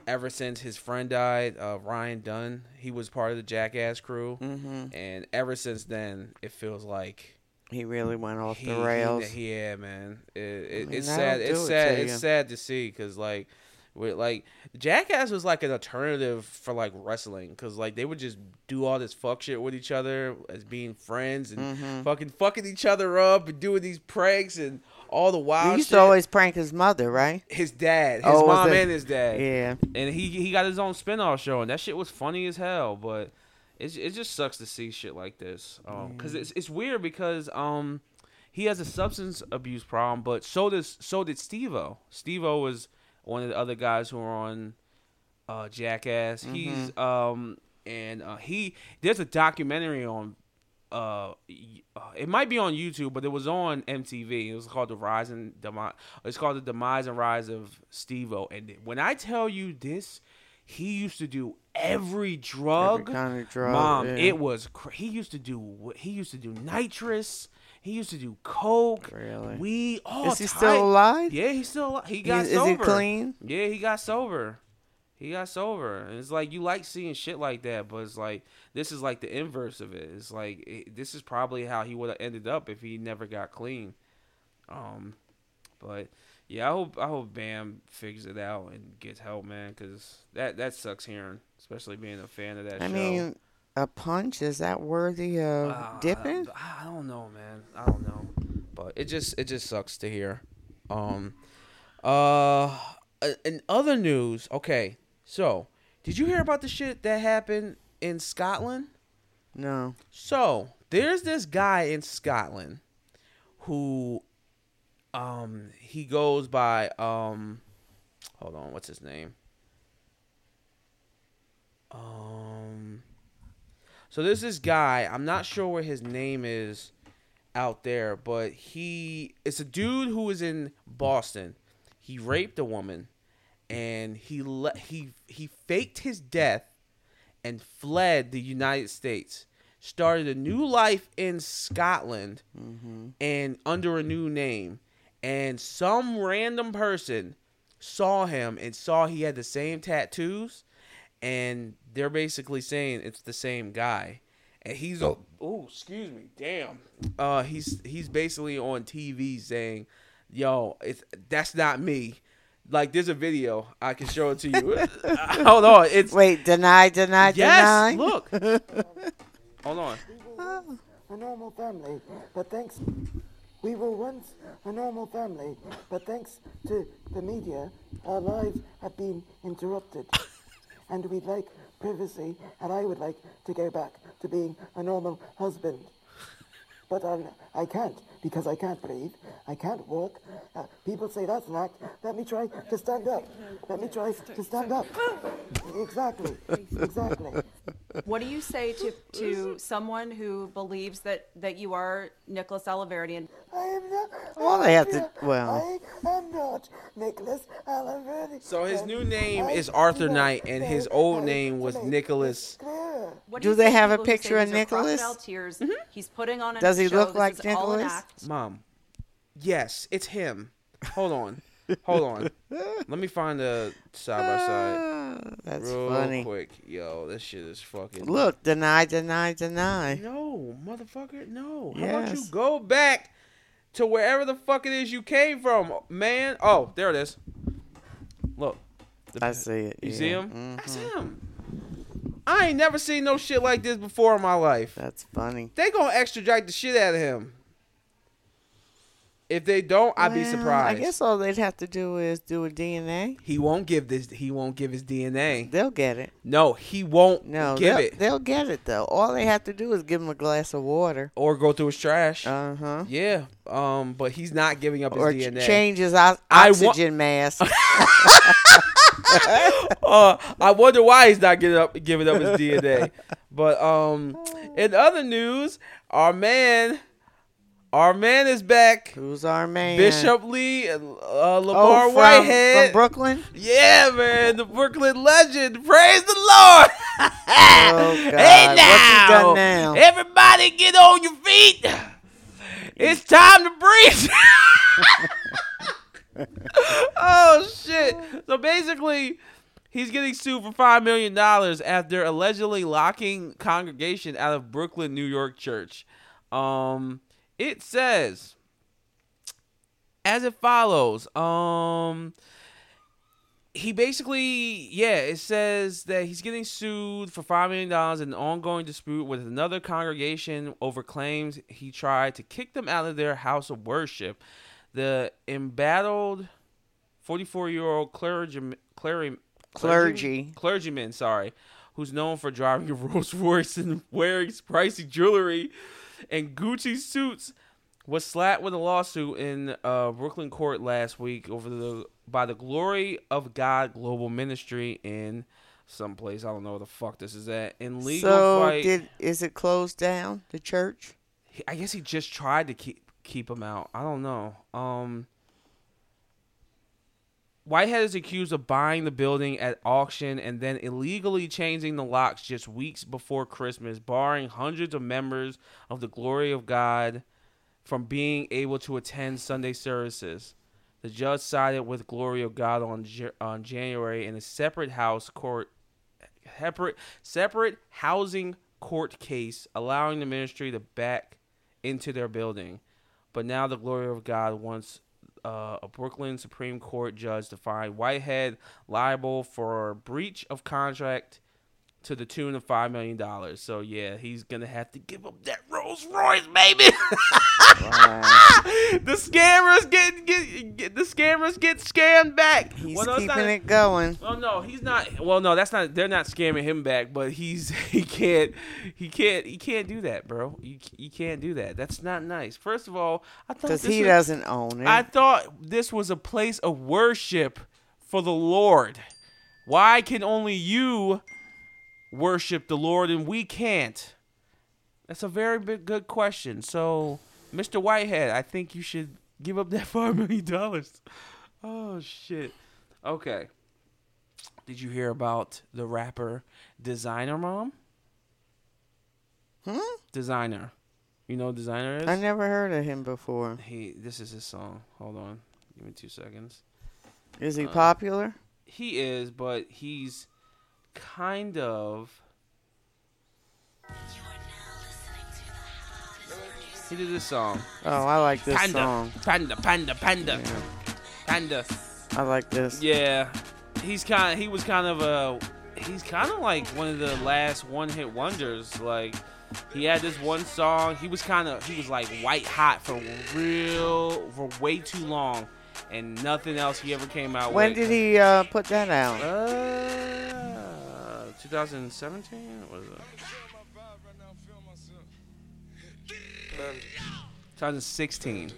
A: ever since his friend died, uh, Ryan Dunn. He was part of the Jackass crew,
B: hmm
A: and ever since then, it feels like
B: He really went off
A: he-
B: the rails.
A: he- yeah, man, it, it,
B: mean,
A: it's sad.
B: that'll do
A: It's
B: it
A: sad.
B: to
A: It's
B: you.
A: sad to see because like. With, like Jackass was like an alternative for like wrestling because like they would just do all this fuck shit with each other as being friends and
B: Mm-hmm.
A: fucking fucking each other up and doing these pranks and all the
B: he
A: wild Oh, shit.
B: used to always prank his mother, right?
A: his dad, his
B: Oh, was
A: mom,
B: it-
A: and his dad
B: Yeah.
A: and he he got his own spin-off show and that shit was funny as hell but it, it just sucks to see shit like this Um 'cause because it's, it's weird because um he has a substance abuse problem but so does so did steve-o steve-o was one of the other guys who were on uh jackass
B: Mm-hmm.
A: he's um and uh he there's a documentary on uh, y- uh, it might be on YouTube, but it was on MTV. It was called the Rise and Demise. It's called the Demise and Rise of Steve-O. And when I tell you this, he used to do every drug,
B: Every kind of drug,
A: Mom,
B: yeah.
A: it was. Cr- he used to do. wh- He used to do nitrous. He used to do coke.
B: Really?
A: We all.
B: Is he still alive?
A: Yeah, he's still. al- He got
B: is he
A: sober.
B: clean?
A: Yeah, he got sober. He got sober, and it's like you like seeing shit like that, but it's like this is like the inverse of it. It's like it, this is probably how he would have ended up if he never got clean. Um, but yeah, I hope I hope Bam figures it out and gets help, man, because that that sucks hearing, especially being a fan of that.
B: I
A: show.
B: mean, a punch is that worthy of
A: Uh,
B: dipping?
A: I, I don't know, man. I don't know, but it just it just sucks to hear. Um, uh, in other news, okay. So, did you hear about the shit that happened in Scotland?
B: No.
A: So there's this guy in Scotland who um he goes by um hold on, what's his name? Um so there's this guy, I'm not sure what his name is out there, but he it's a dude who is in Boston. He raped a woman and he le- he he faked his death and fled the United States, started a new life in Scotland and under a new name. And some random person saw him and saw he had the same tattoos. And they're basically saying it's the same guy. And he's oh, oh excuse me, damn. Uh, he's he's basically on TV saying, "Yo, it's that's not me." Like there's a video I can show it to you. Hold on, it's
B: Wait, deny, deny, deny.
A: Yes, look. Hold on.
E: a normal family, but thanks, we were once a normal family, but thanks to the media, our lives have been interrupted. and we'd like privacy, and I would like to go back to being a normal husband. But I, I can't because I can't breathe. I can't walk. Uh, people say that's an act. Let me try to stand up. Let me try to stand up. Exactly. Exactly.
F: What do you say to, to someone who believes that, that you are Nicholas Oliverdi? And
E: I am not.
B: All they have to-
E: Andrea.
B: well.
E: I am not Nicholas Olivetti.
A: So his
E: And
A: new name
E: I
A: is
E: do
A: Arthur
E: not
A: Knight, and his
E: know
A: old
E: how
A: name
E: to
A: was
E: make
A: Nicholas.
E: clear.
F: what
B: Do
F: you
B: they
F: say to
B: have a
F: people who say
B: picture of
F: these are
B: Nicholas? Mm-hmm.
F: crocodile Tears. He's putting on. A
B: Does he
F: show.
B: look
F: This
B: like
F: is all an
B: Nicholas?
F: act.
A: Mom, yes, it's him. Hold on, hold on. Let me find the side by side
B: Ah, that's
A: real
B: funny.
A: quick. Yo, this shit is fucking.
B: Look, deny, deny, deny.
A: No, motherfucker, no. How about you
B: Yes.
A: go back to wherever the fuck it is you came from, man? Oh, there it is. Look. The-
B: I see it.
A: You
B: yeah.
A: see him?
B: Mm,
A: That's him. I ain't never seen no shit like this before in my life.
B: that's funny.
A: They gonna extradite the shit out of him. If they don't, I'd be
B: Well,
A: surprised.
B: I guess all they'd have to do is do a DNA.
A: he won't give this. He won't give his DNA.
B: They'll get it.
A: No, he won't
B: No,
A: give
B: they'll,
A: it
B: they'll get it though. All they have to do is give him a glass of water.
A: or go through his trash.
B: Uh huh.
A: yeah, um, but he's not giving up his
B: Or ch-
A: DNA.
B: change his o-
A: I wa-
B: oxygen mask.
A: uh, I wonder why he's not giving up giving up his DNA. But um, in other news, our man, our man is back.
B: Who's our man?
A: Bishop Lee, uh, Lamar
B: Oh, from,
A: Whitehead.
B: from Brooklyn.
A: yeah, man, the Brooklyn legend. Praise the Lord.
B: Oh, God.
A: Hey
B: What's
A: now,
B: he done now?
A: everybody, get on your feet. It's time to breathe. oh shit! So basically, he's getting sued for five million dollars after allegedly locking congregation out of Brooklyn, New York church. Um, it says as it follows. Um, he basically, yeah, it says that he's getting sued for five million dollars in an ongoing dispute with another congregation over claims he tried to kick them out of their house of worship. The embattled 44 year old clergyman, clergy,
B: Clergy.
A: clergyman, sorry, who's known for driving a Rolls Royce and wearing pricey jewelry and Gucci suits, was slapped with a lawsuit in uh, Brooklyn court last week over the by the Glory of God Global Ministry in someplace I don't know where the fuck this is at. In legal
B: so
A: fight,
B: did is it closed down the church?
A: he- I guess he just tried to keep keep him out. I don't know. Um Whitehead is accused of buying the building at auction and then illegally changing the locks just weeks before Christmas, barring hundreds of members of the glory of God from being able to attend Sunday services. The judge sided with Glory of God on Ja- on January in a separate house court separate separate housing court case allowing the ministry to back into their building. But now the glory of God wants uh, a Brooklyn Supreme Court judge to find Whitehead liable for breach of contract to the tune of five million dollars. So yeah, he's gonna have to give up that Rolls Royce, baby. the scammers get, get, get the scammers get scammed back.
B: He's
A: Well, no, it's
B: keeping
A: not-
B: it going.
A: well, no, he's not. Well, no, that's not. They're not scamming him back, but he's he can't he can't he can't do that, bro. You you can't do that. That's not nice. First of all, I thought
B: Because
A: this
B: he
A: was-
B: doesn't own it.
A: I thought this was a place of worship for the Lord. Why can only you worship the Lord and we can't? That's a very big, good question. So, Mr. Whitehead, I think you should give up that five million dollars. Oh shit. Okay. Did you hear about the rapper Designer Mom?
B: Hmm?
A: Designer. You know who Designer is?
B: I never heard of him before.
A: He. This is his song. Hold on. Give me two seconds.
B: Is
A: Uh.
B: he popular?
A: He is, but he's kind of. He did this song.
B: Oh, I like this
A: panda,
B: song.
A: panda, panda, panda, panda.
B: I like this.
A: Yeah, he's kind. He was kind of a. He's kind of like one of the last one-hit wonders. Like he had this one song. He was kind of. He was like white hot for real for way too long, and nothing else he ever came out
B: When
A: with.
B: did he uh, put that out?
A: Uh, 2017? What is it? 2016.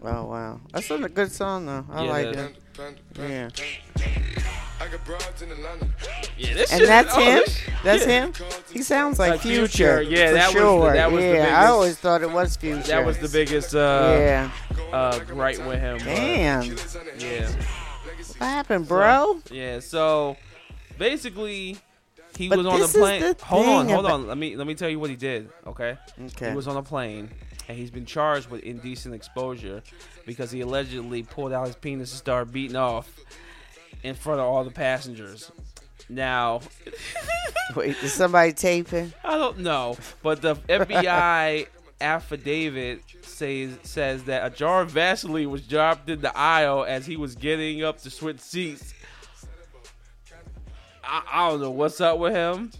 B: Oh wow, that's a good song though. I
A: Yeah,
B: like
A: it
B: it.
A: is.
G: Panda, panda,
B: Yeah.
G: panda. I got broads in Atlanta.
A: Yeah, this
B: And that's him?
A: this-
B: That's him. He sounds like,
A: Oh, Like
B: Future.
A: Future, yeah,
B: for
A: that was the-
B: sure.
A: that was the
B: yeah, I
A: biggest-
B: always thought it was Future.
A: That was the biggest uh,
B: yeah.
A: uh, gripe with him. uh,
B: Damn.
A: Yeah.
B: What happened, bro?
A: Yeah. So basically, he
B: But
A: was on a
B: this is
A: plane.
B: the
A: Hold on,
B: thing
A: hold
B: about-
A: on. Let me let me tell you what he did. Okay.
B: Okay.
A: He was on a plane, and he's been charged with indecent exposure because he allegedly pulled out his penis and started beating off in front of all the passengers. Now,
B: Wait, is somebody taping?
A: I don't know, but the FBI affidavit says says that a jar of Vaseline was dropped in the aisle as he was getting up to switch seats. I, I don't know what's up with him,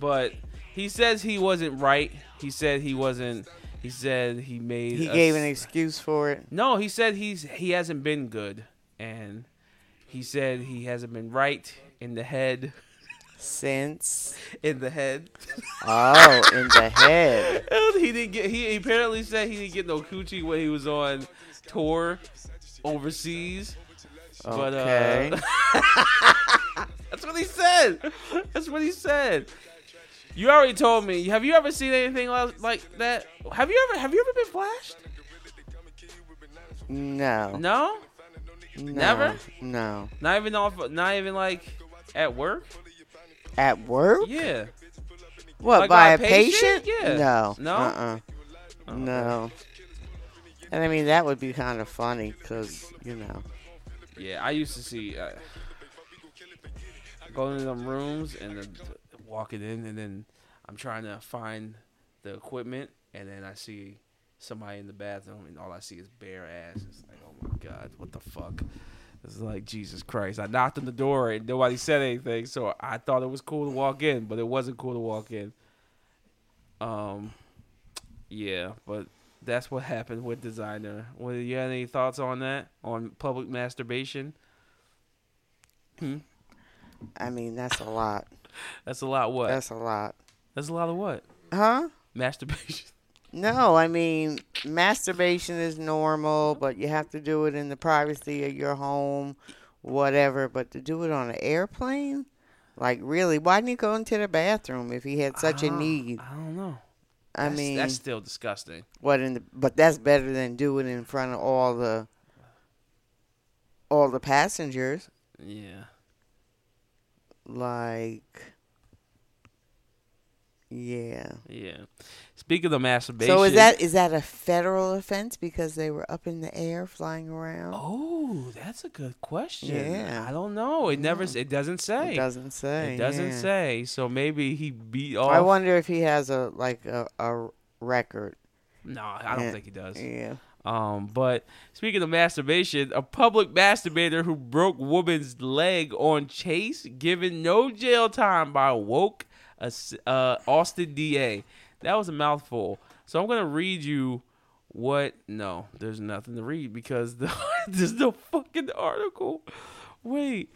A: but he says he wasn't right. He said he wasn't. He said he made.
B: He
A: a
B: gave
A: s-
B: an excuse for it.
A: no, he said he's he hasn't been good, and he said he hasn't been right in the head.
B: Since
A: In the head.
B: oh, in the head.
A: And he didn't get. He apparently said he didn't get no coochie when he was on tour overseas. But, uh,
B: Okay.
A: That's what he said. That's what he said. You already told me. Have you ever seen anything li- like that? Have you ever? Have you ever been flashed?
B: no,
A: No.
B: no,
A: never?
B: No.
A: Not even off. Not even like at work.
B: At work?
A: Yeah.
B: What
A: Like
B: by
A: by
B: a
A: a patient?
B: patient?
A: Yeah.
B: No.
A: No?
B: Uh. uh No. And I mean that would be kind of funny because you know.
A: Yeah. I used to see. Uh, going to them rooms and then walking in, and then I'm trying to find the equipment, and then I see somebody in the bathroom, and all I see is bare ass. It's like, oh my god, what the fuck? It's like Jesus Christ. I knocked on the door and nobody said anything, so I thought it was cool to walk in, but it wasn't cool to walk in. Um, yeah, but that's what happened with designer. What you had any thoughts on that? On public masturbation?
B: I mean that's a lot.
A: That's a lot. What?
B: That's a lot.
A: that's a lot of what?
B: Huh?
A: Masturbation.
B: No, I mean masturbation is normal, but you have to do it in the privacy of your home, whatever. But to do it on an airplane, like really, why didn't he go into the bathroom if he had such a need?
A: I don't know.
B: I
A: Ah, That's-
B: mean,
A: that's still disgusting.
B: what in the? But that's better than do it in front of all the all the passengers.
A: Yeah.
B: Like, yeah.
A: Yeah. Speaking of masturbation.
B: So is that is that a federal offense because they were up in the air flying around?
A: Oh, that's a good question.
B: Yeah.
A: I don't know. It never. s- It doesn't say.
B: It doesn't say.
A: It doesn't
B: yeah.
A: say. So maybe he beat off.
B: I wonder if he has a like a, a record.
A: No, I don't
B: Yeah.
A: think he does.
B: Yeah.
A: Um, but speaking of masturbation, a public masturbator who broke woman's leg on chase given no jail time by woke uh, uh, Austin DA. That was a mouthful. So I'm gonna read you what. No, there's nothing to read because the, there's no fucking article. Wait.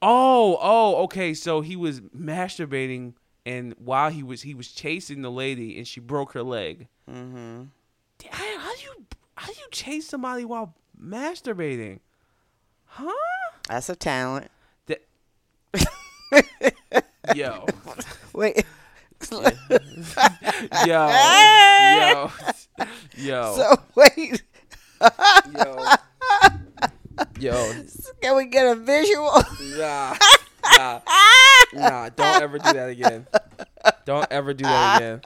A: Oh, oh, okay. So he was masturbating, and while he was he was chasing the lady, and she broke her leg. How, how do you how do you chase somebody while masturbating? Huh?
B: That's a talent.
A: That, yo,
B: Wait.
A: yo, yo, yo,
B: So wait.
A: yo, yo.
B: Can we get a visual?
A: Nah, nah, nah. Don't ever do that again. Don't ever do that again.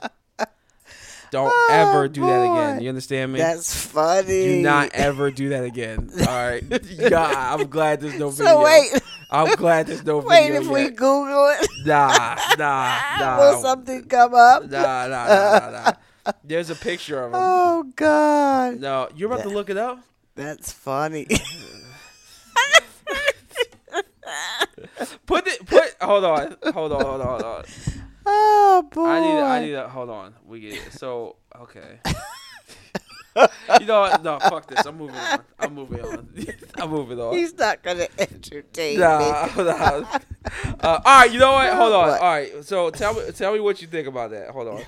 A: Don't ever do that again.
B: Oh, boy.
A: You understand me?
B: That's funny.
A: do not ever do that again. All right. Yeah, I'm glad there's no video.
B: So wait.
A: I'm glad there's no
B: Wait,
A: video.
B: if we
A: yet.
B: Google it,
A: Nah, nah, nah.
B: will something come up?
A: Nah, nah, nah, nah, nah. There's a picture of him.
B: Oh God,
A: No, you're about to look it up.
B: that's funny.
A: Put it. Put. Hold on. Hold on. Hold on. Hold on.
B: oh boy.
A: I need. I need. A, hold on. We get it. So okay. you know what? No, fuck this. I'm moving on. I'm moving on. I'm moving on.
B: He's not gonna entertain
A: Nah,
B: me.
A: nah. Uh, all right, you know what? Hold on.
B: What?
A: All right, so tell me, tell me what you think about that. Hold on.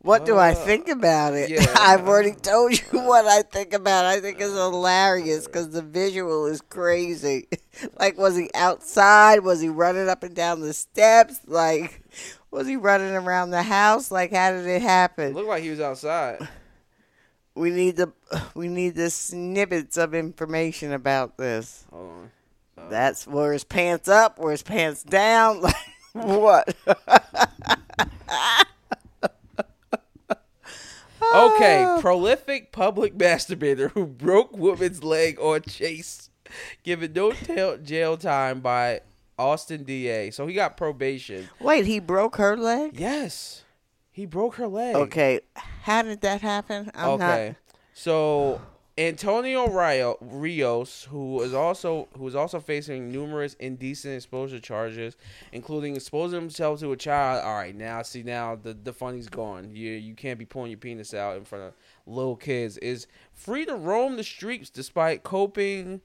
B: What do I think about it?
A: yeah.
B: I've already told you what I think about. it. I think it's hilarious because the visual is crazy. like, was he outside? Was he running up and down the steps? Like, Was he running around the house? Like, how did it happen?
A: Looked like he was outside.
B: We need the we need the snippets of information about this.
A: Hold on.
B: That's where his pants up, where his pants down. Like what?
A: Okay, prolific public masturbator who broke woman's leg on chase, given no tail jail time by Austin DA. So he got probation.
B: Wait, he broke her leg.
A: Yes, he broke her leg.
B: Okay, how did that happen? I'm
A: Okay.
B: not.
A: So Antonio Rio, Rios, who is also who is also facing numerous indecent exposure charges, including exposing himself to a child. All right, now see now the the funny's gone. You you can't be pulling your penis out in front of little kids. Is free to roam the streets despite coping,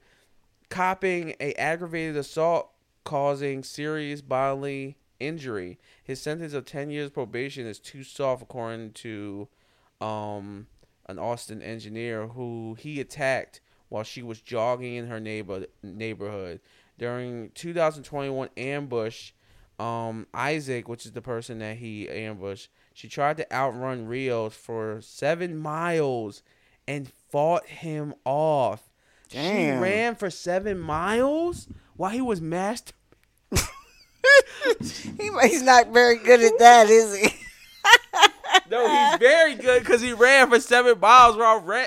A: copping a aggravated assault causing serious bodily injury. His sentence of ten years probation is too soft, according to um, an Austin engineer who he attacked while she was jogging in her neighbor neighborhood during 2021 ambush. Um, Isaac, which is the person that he ambushed, she tried to outrun Rios for seven miles and fought him off.
B: Damn.
A: She ran for seven miles while he was master.
B: He, he's not very good at that, is he?
A: No, he's very good because he ran for seven miles while ran.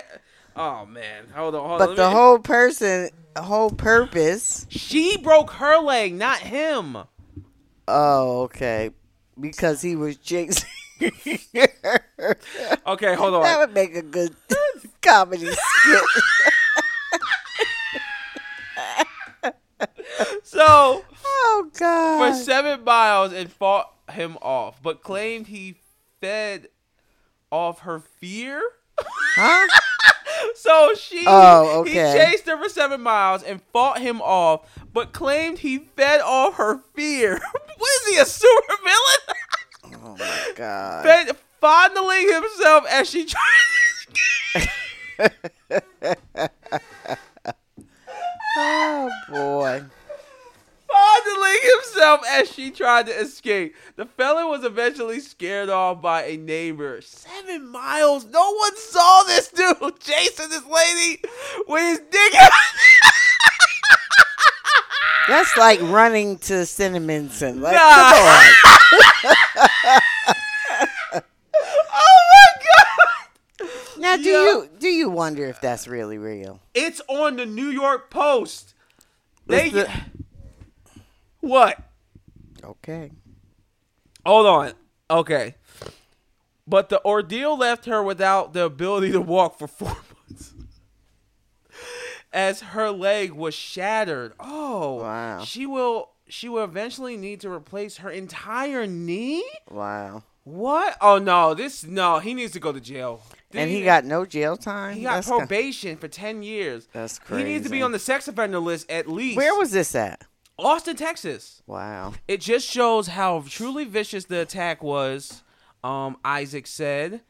A: Oh man, hold on, hold on.
B: But
A: let
B: the
A: me-
B: whole person, whole purpose.
A: She broke her leg, not him.
B: Oh, okay. Because he was jinxing. her.
A: Okay, hold on.
B: That would make a good comedy skit.
A: so
B: Oh
A: for
B: God!
A: seven miles and fought him off, but claimed he fed off her fear.
B: Huh?
A: So she
B: Oh,
A: he
B: okay.
A: chased her for seven miles and fought him off, but claimed he fed off her fear. what is he a super villain?
B: Oh my God!
A: fed, fondling himself as she tried.
B: Oh boy!
A: fondling himself as she tried to escape. The felon was eventually scared off by a neighbor. Seven miles. No one saw this dude chasing this lady with his dick out.
B: That's like running to cinnamon scent. Like,
A: Nah.
B: come on.
A: Oh my god!
B: Now, do
A: Yeah.
B: you do you wonder if that's really real?
A: It's on the New York Post. They
B: It's the-
A: what?
B: Okay.
A: Hold on. Okay. But the ordeal left her without the ability to walk for four months. As her leg was shattered. Oh.
B: Wow.
A: She will she will eventually need to replace her entire knee?
B: Wow.
A: What? Oh no, this no, he needs to go to jail.
B: And he
A: Dude,
B: got no jail time.
A: he got
B: That's kin-
A: probation for ten years.
B: That's
A: He needs to be
B: crazy.
A: on the sex offender list at least.
B: Where was this at?
A: Austin, Texas?
B: Wow.
A: it just shows how truly vicious the attack was. Um, Isaac said,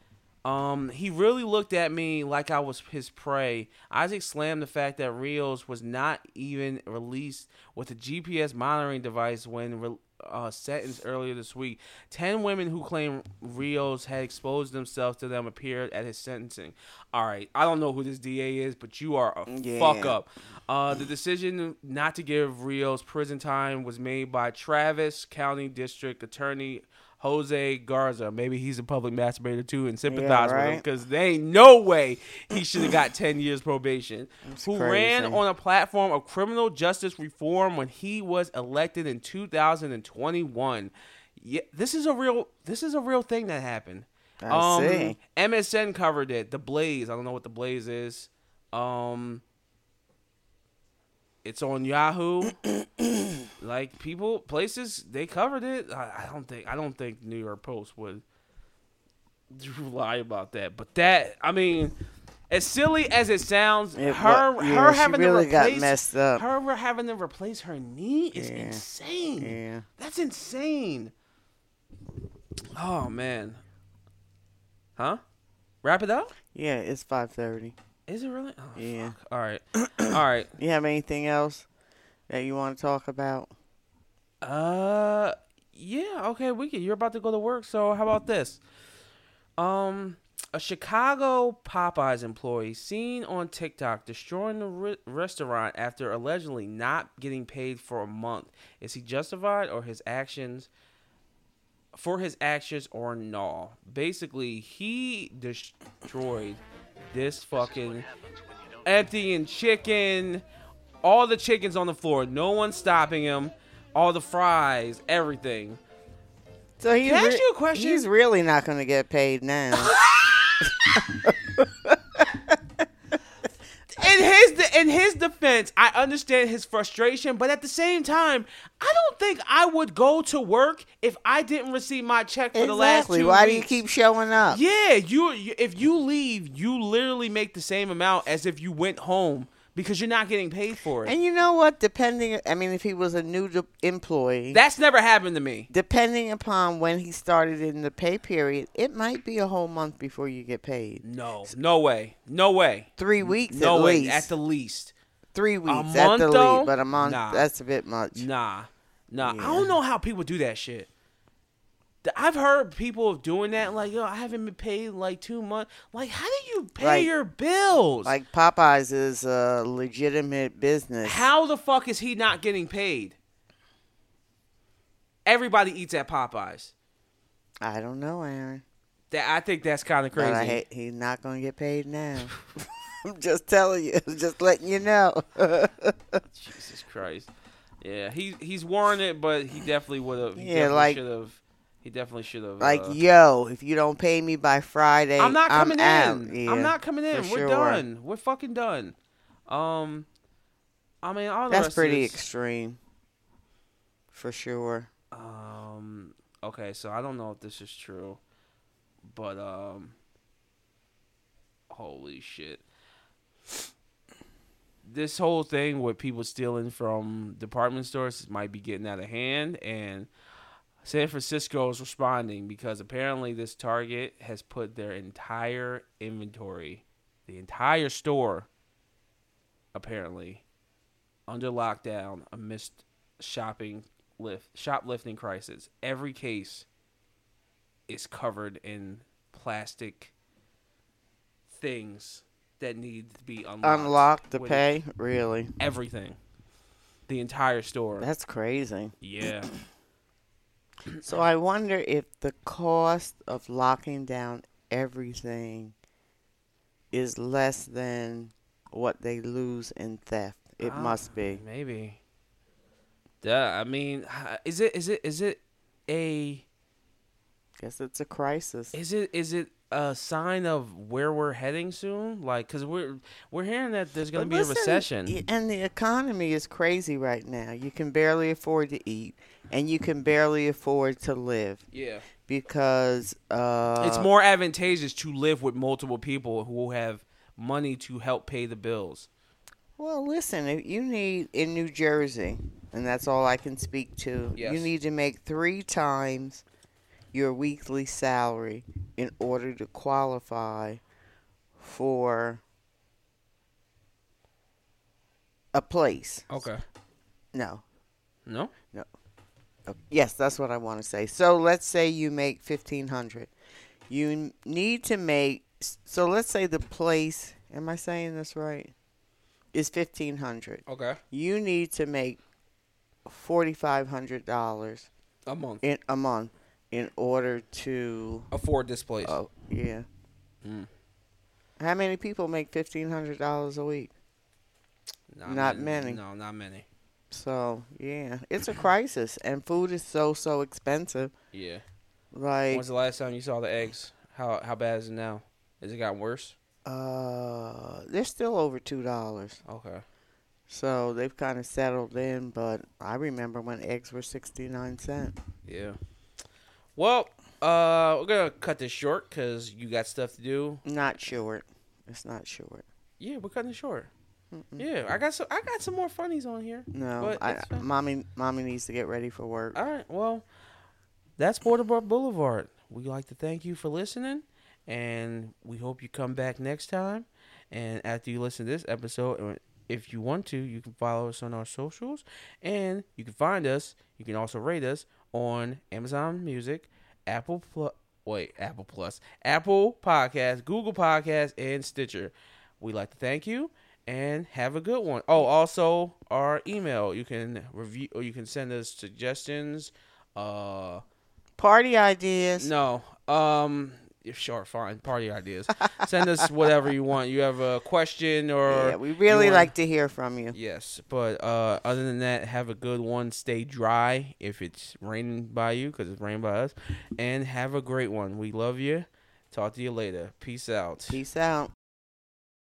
A: um, he really looked at me like I was his prey. Isaac slammed the fact that Rios was not even released with a GPS monitoring device when re- uh, sentenced earlier this week. Ten women who claim Rios had exposed themselves to them appeared at his sentencing. All right, I don't know who this DA is, but you are a
B: Yeah.
A: fuck up. Uh, the decision not to give Rios prison time was made by Travis County District Attorney Jose Garza. Maybe he's a public masturbator too and sympathize with him
B: right.
A: because there ain't no way he should have got 10 years probation. who ran
B: crazy.
A: on a platform of criminal justice reform when he was elected in 2021. Yeah, this is a real this is a real thing that happened. Um,
B: I see.
A: MSN covered it. The Blaze. I don't know what the Blaze is. Um, it's on Yahoo. like people, places, they covered it. I, I don't think. I don't think New York Post would lie about that. But that, I mean, as silly as it sounds,
B: It
A: her
B: wa-
A: her
B: yeah, she
A: having
B: really
A: to
B: got
A: replace
B: messed up.
A: her re- having to replace her knee is
B: Yeah.
A: insane.
B: Yeah.
A: That's insane. Oh man. Huh? Wrap it up?
B: Yeah. It's five thirty.
A: Is it really? Oh,
B: Yeah.
A: fuck. All right. All right.
B: You have anything else that you want to talk about?
A: Uh Yeah, okay, we can. You're about to go to work, so how about this? Um, a Chicago Popeyes employee seen on TikTok destroying the re- restaurant after allegedly not getting paid for a month. Is he justified or his actions for his actions or no? Basically, he destroyed this fucking emptying chicken, all the chickens on the floor. No one stopping him. All the fries, everything.
B: So he's
A: Can I ask you a question?
B: He's really not going to get paid now.
A: in his de- in his defense, I understand his frustration, but at the same time, I don't think I would go to work if I didn't receive my check for the last
B: exactly.
A: two
B: Why
A: weeks.
B: do you keep showing up?
A: Yeah, you, you if you leave, you literally make the same amount as if you went home because you're not getting paid for it.
B: And you know what? Depending, I mean, if he was a new de- employee,
A: That's never happened to me.
B: depending upon when he started in the pay period, it might be a whole month before you get paid.
A: No, no way, no way,
B: Three weeks
A: no
B: at
A: way.
B: least.
A: At the least,
B: Three weeks at
A: month,
B: the
A: though?
B: least, but a month,
A: Nah.
B: that's a bit much.
A: nah, nah. I don't know how people do that shit. Th- I've heard people doing that, like yo, I haven't been paid in, like two months. Like, how do you pay
B: Like-
A: your bills?
B: Like Popeyes is a legitimate business.
A: How the fuck is he not getting paid? Everybody eats at Popeyes.
B: I don't know, Aaron.
A: That I think that's kind of
B: But
A: crazy.
B: I hate, he's not going to get paid now. I'm just telling you. Just letting you know.
A: Jesus Christ. Yeah, he he's warranted, but he definitely would have.
B: Yeah,
A: Yeah,
B: like-
A: like should have. He definitely should have.
B: like,
A: uh,
B: yo, if you don't pay me by Friday,
A: I'm not coming
B: out.
A: in.
B: Yeah,
A: I'm not coming in.
B: for
A: We're
B: sure.
A: done. We're fucking done. Um, I mean, all the
B: That's
A: rest
B: pretty
A: Of this,
B: extreme. For sure.
A: um, okay, so I don't know if this is true, but um, holy shit. This whole thing with people stealing from department stores might be getting out of hand, and San Francisco is responding because apparently this Target has put their entire inventory, the entire store, apparently, under lockdown amidst shopping lift shoplifting crisis. Every case is covered in plastic things that need to be unlocked.
B: Unlock the
A: with
B: pay? Really?
A: Everything. The entire store.
B: That's crazy.
A: yeah.
B: So I wonder if the cost of locking down everything is less than what they lose in theft. It
A: Ah,
B: must be.
A: Maybe. Yeah, I mean, h- is it is it is it a
B: Guess it's a crisis.
A: is it is it a sign of where we're heading soon? Like, cause we're we're hearing that there's gonna
B: But
A: be
B: listen,
A: a recession.
B: y- And the economy is crazy right now. You can barely afford to eat, and you can barely afford to live
A: yeah,
B: because uh,
A: it's more advantageous to live with multiple people who have money to help pay the bills.
B: Well, listen, if you need in New Jersey, and that's all I can speak to, you
A: Yes.
B: need to make three times your weekly salary in order to qualify for a place.
A: Okay.
B: No.
A: No.
B: Uh, Yes, that's what I want to say. So let's say you make 1500. You n- need to make so let's say the place, am I saying this right? Is 1500.
A: Okay.
B: you need to make forty five hundred dollars
A: A month.
B: in a month in order to
A: Afford this place.
B: oh yeah. How many people make fifteen hundred dollars a week? not many.
A: No, not many.
B: So yeah, it's a crisis, and food is so so expensive.
A: Yeah.
B: Like
A: When's the last time you saw the eggs? How how bad is it now? Has it gotten worse?
B: uh, they're still over two dollars.
A: Okay.
B: So they've kind of settled in, but I remember when eggs were sixty nine cent.
A: Yeah. Well, uh, we're gonna cut this short because you got stuff to do.
B: Not short. It's not short.
A: Yeah, we're cutting it short. Yeah, I got some. I got some more funnies on here.
B: No,
A: but
B: I,
A: it's fine.
B: mommy, mommy needs to get ready for work.
A: All right. Well, that's Borderbrook Boulevard. We like to thank you for listening, and we hope you come back next time. And after you listen to this episode, or if you want to, you can follow us on our socials, and you can find us. You can also rate us on Amazon Music, Apple Plus, wait, Apple Plus, Apple Podcast, Google Podcast, and Stitcher. We'd like to thank you and have a good one. Oh, also our email. You can review or you can send us suggestions. Uh
B: Party ideas.
A: no. Um yeah, sure, fine. Party ideas. Send us whatever you want. You have a question or
B: yeah, we really
A: you want-
B: like to hear from you.
A: Yes, but uh, other than that, have a good one. Stay dry if it's raining by you, because it's raining by us. And have a great one. We love you. Talk to you later. Peace out.
B: Peace out.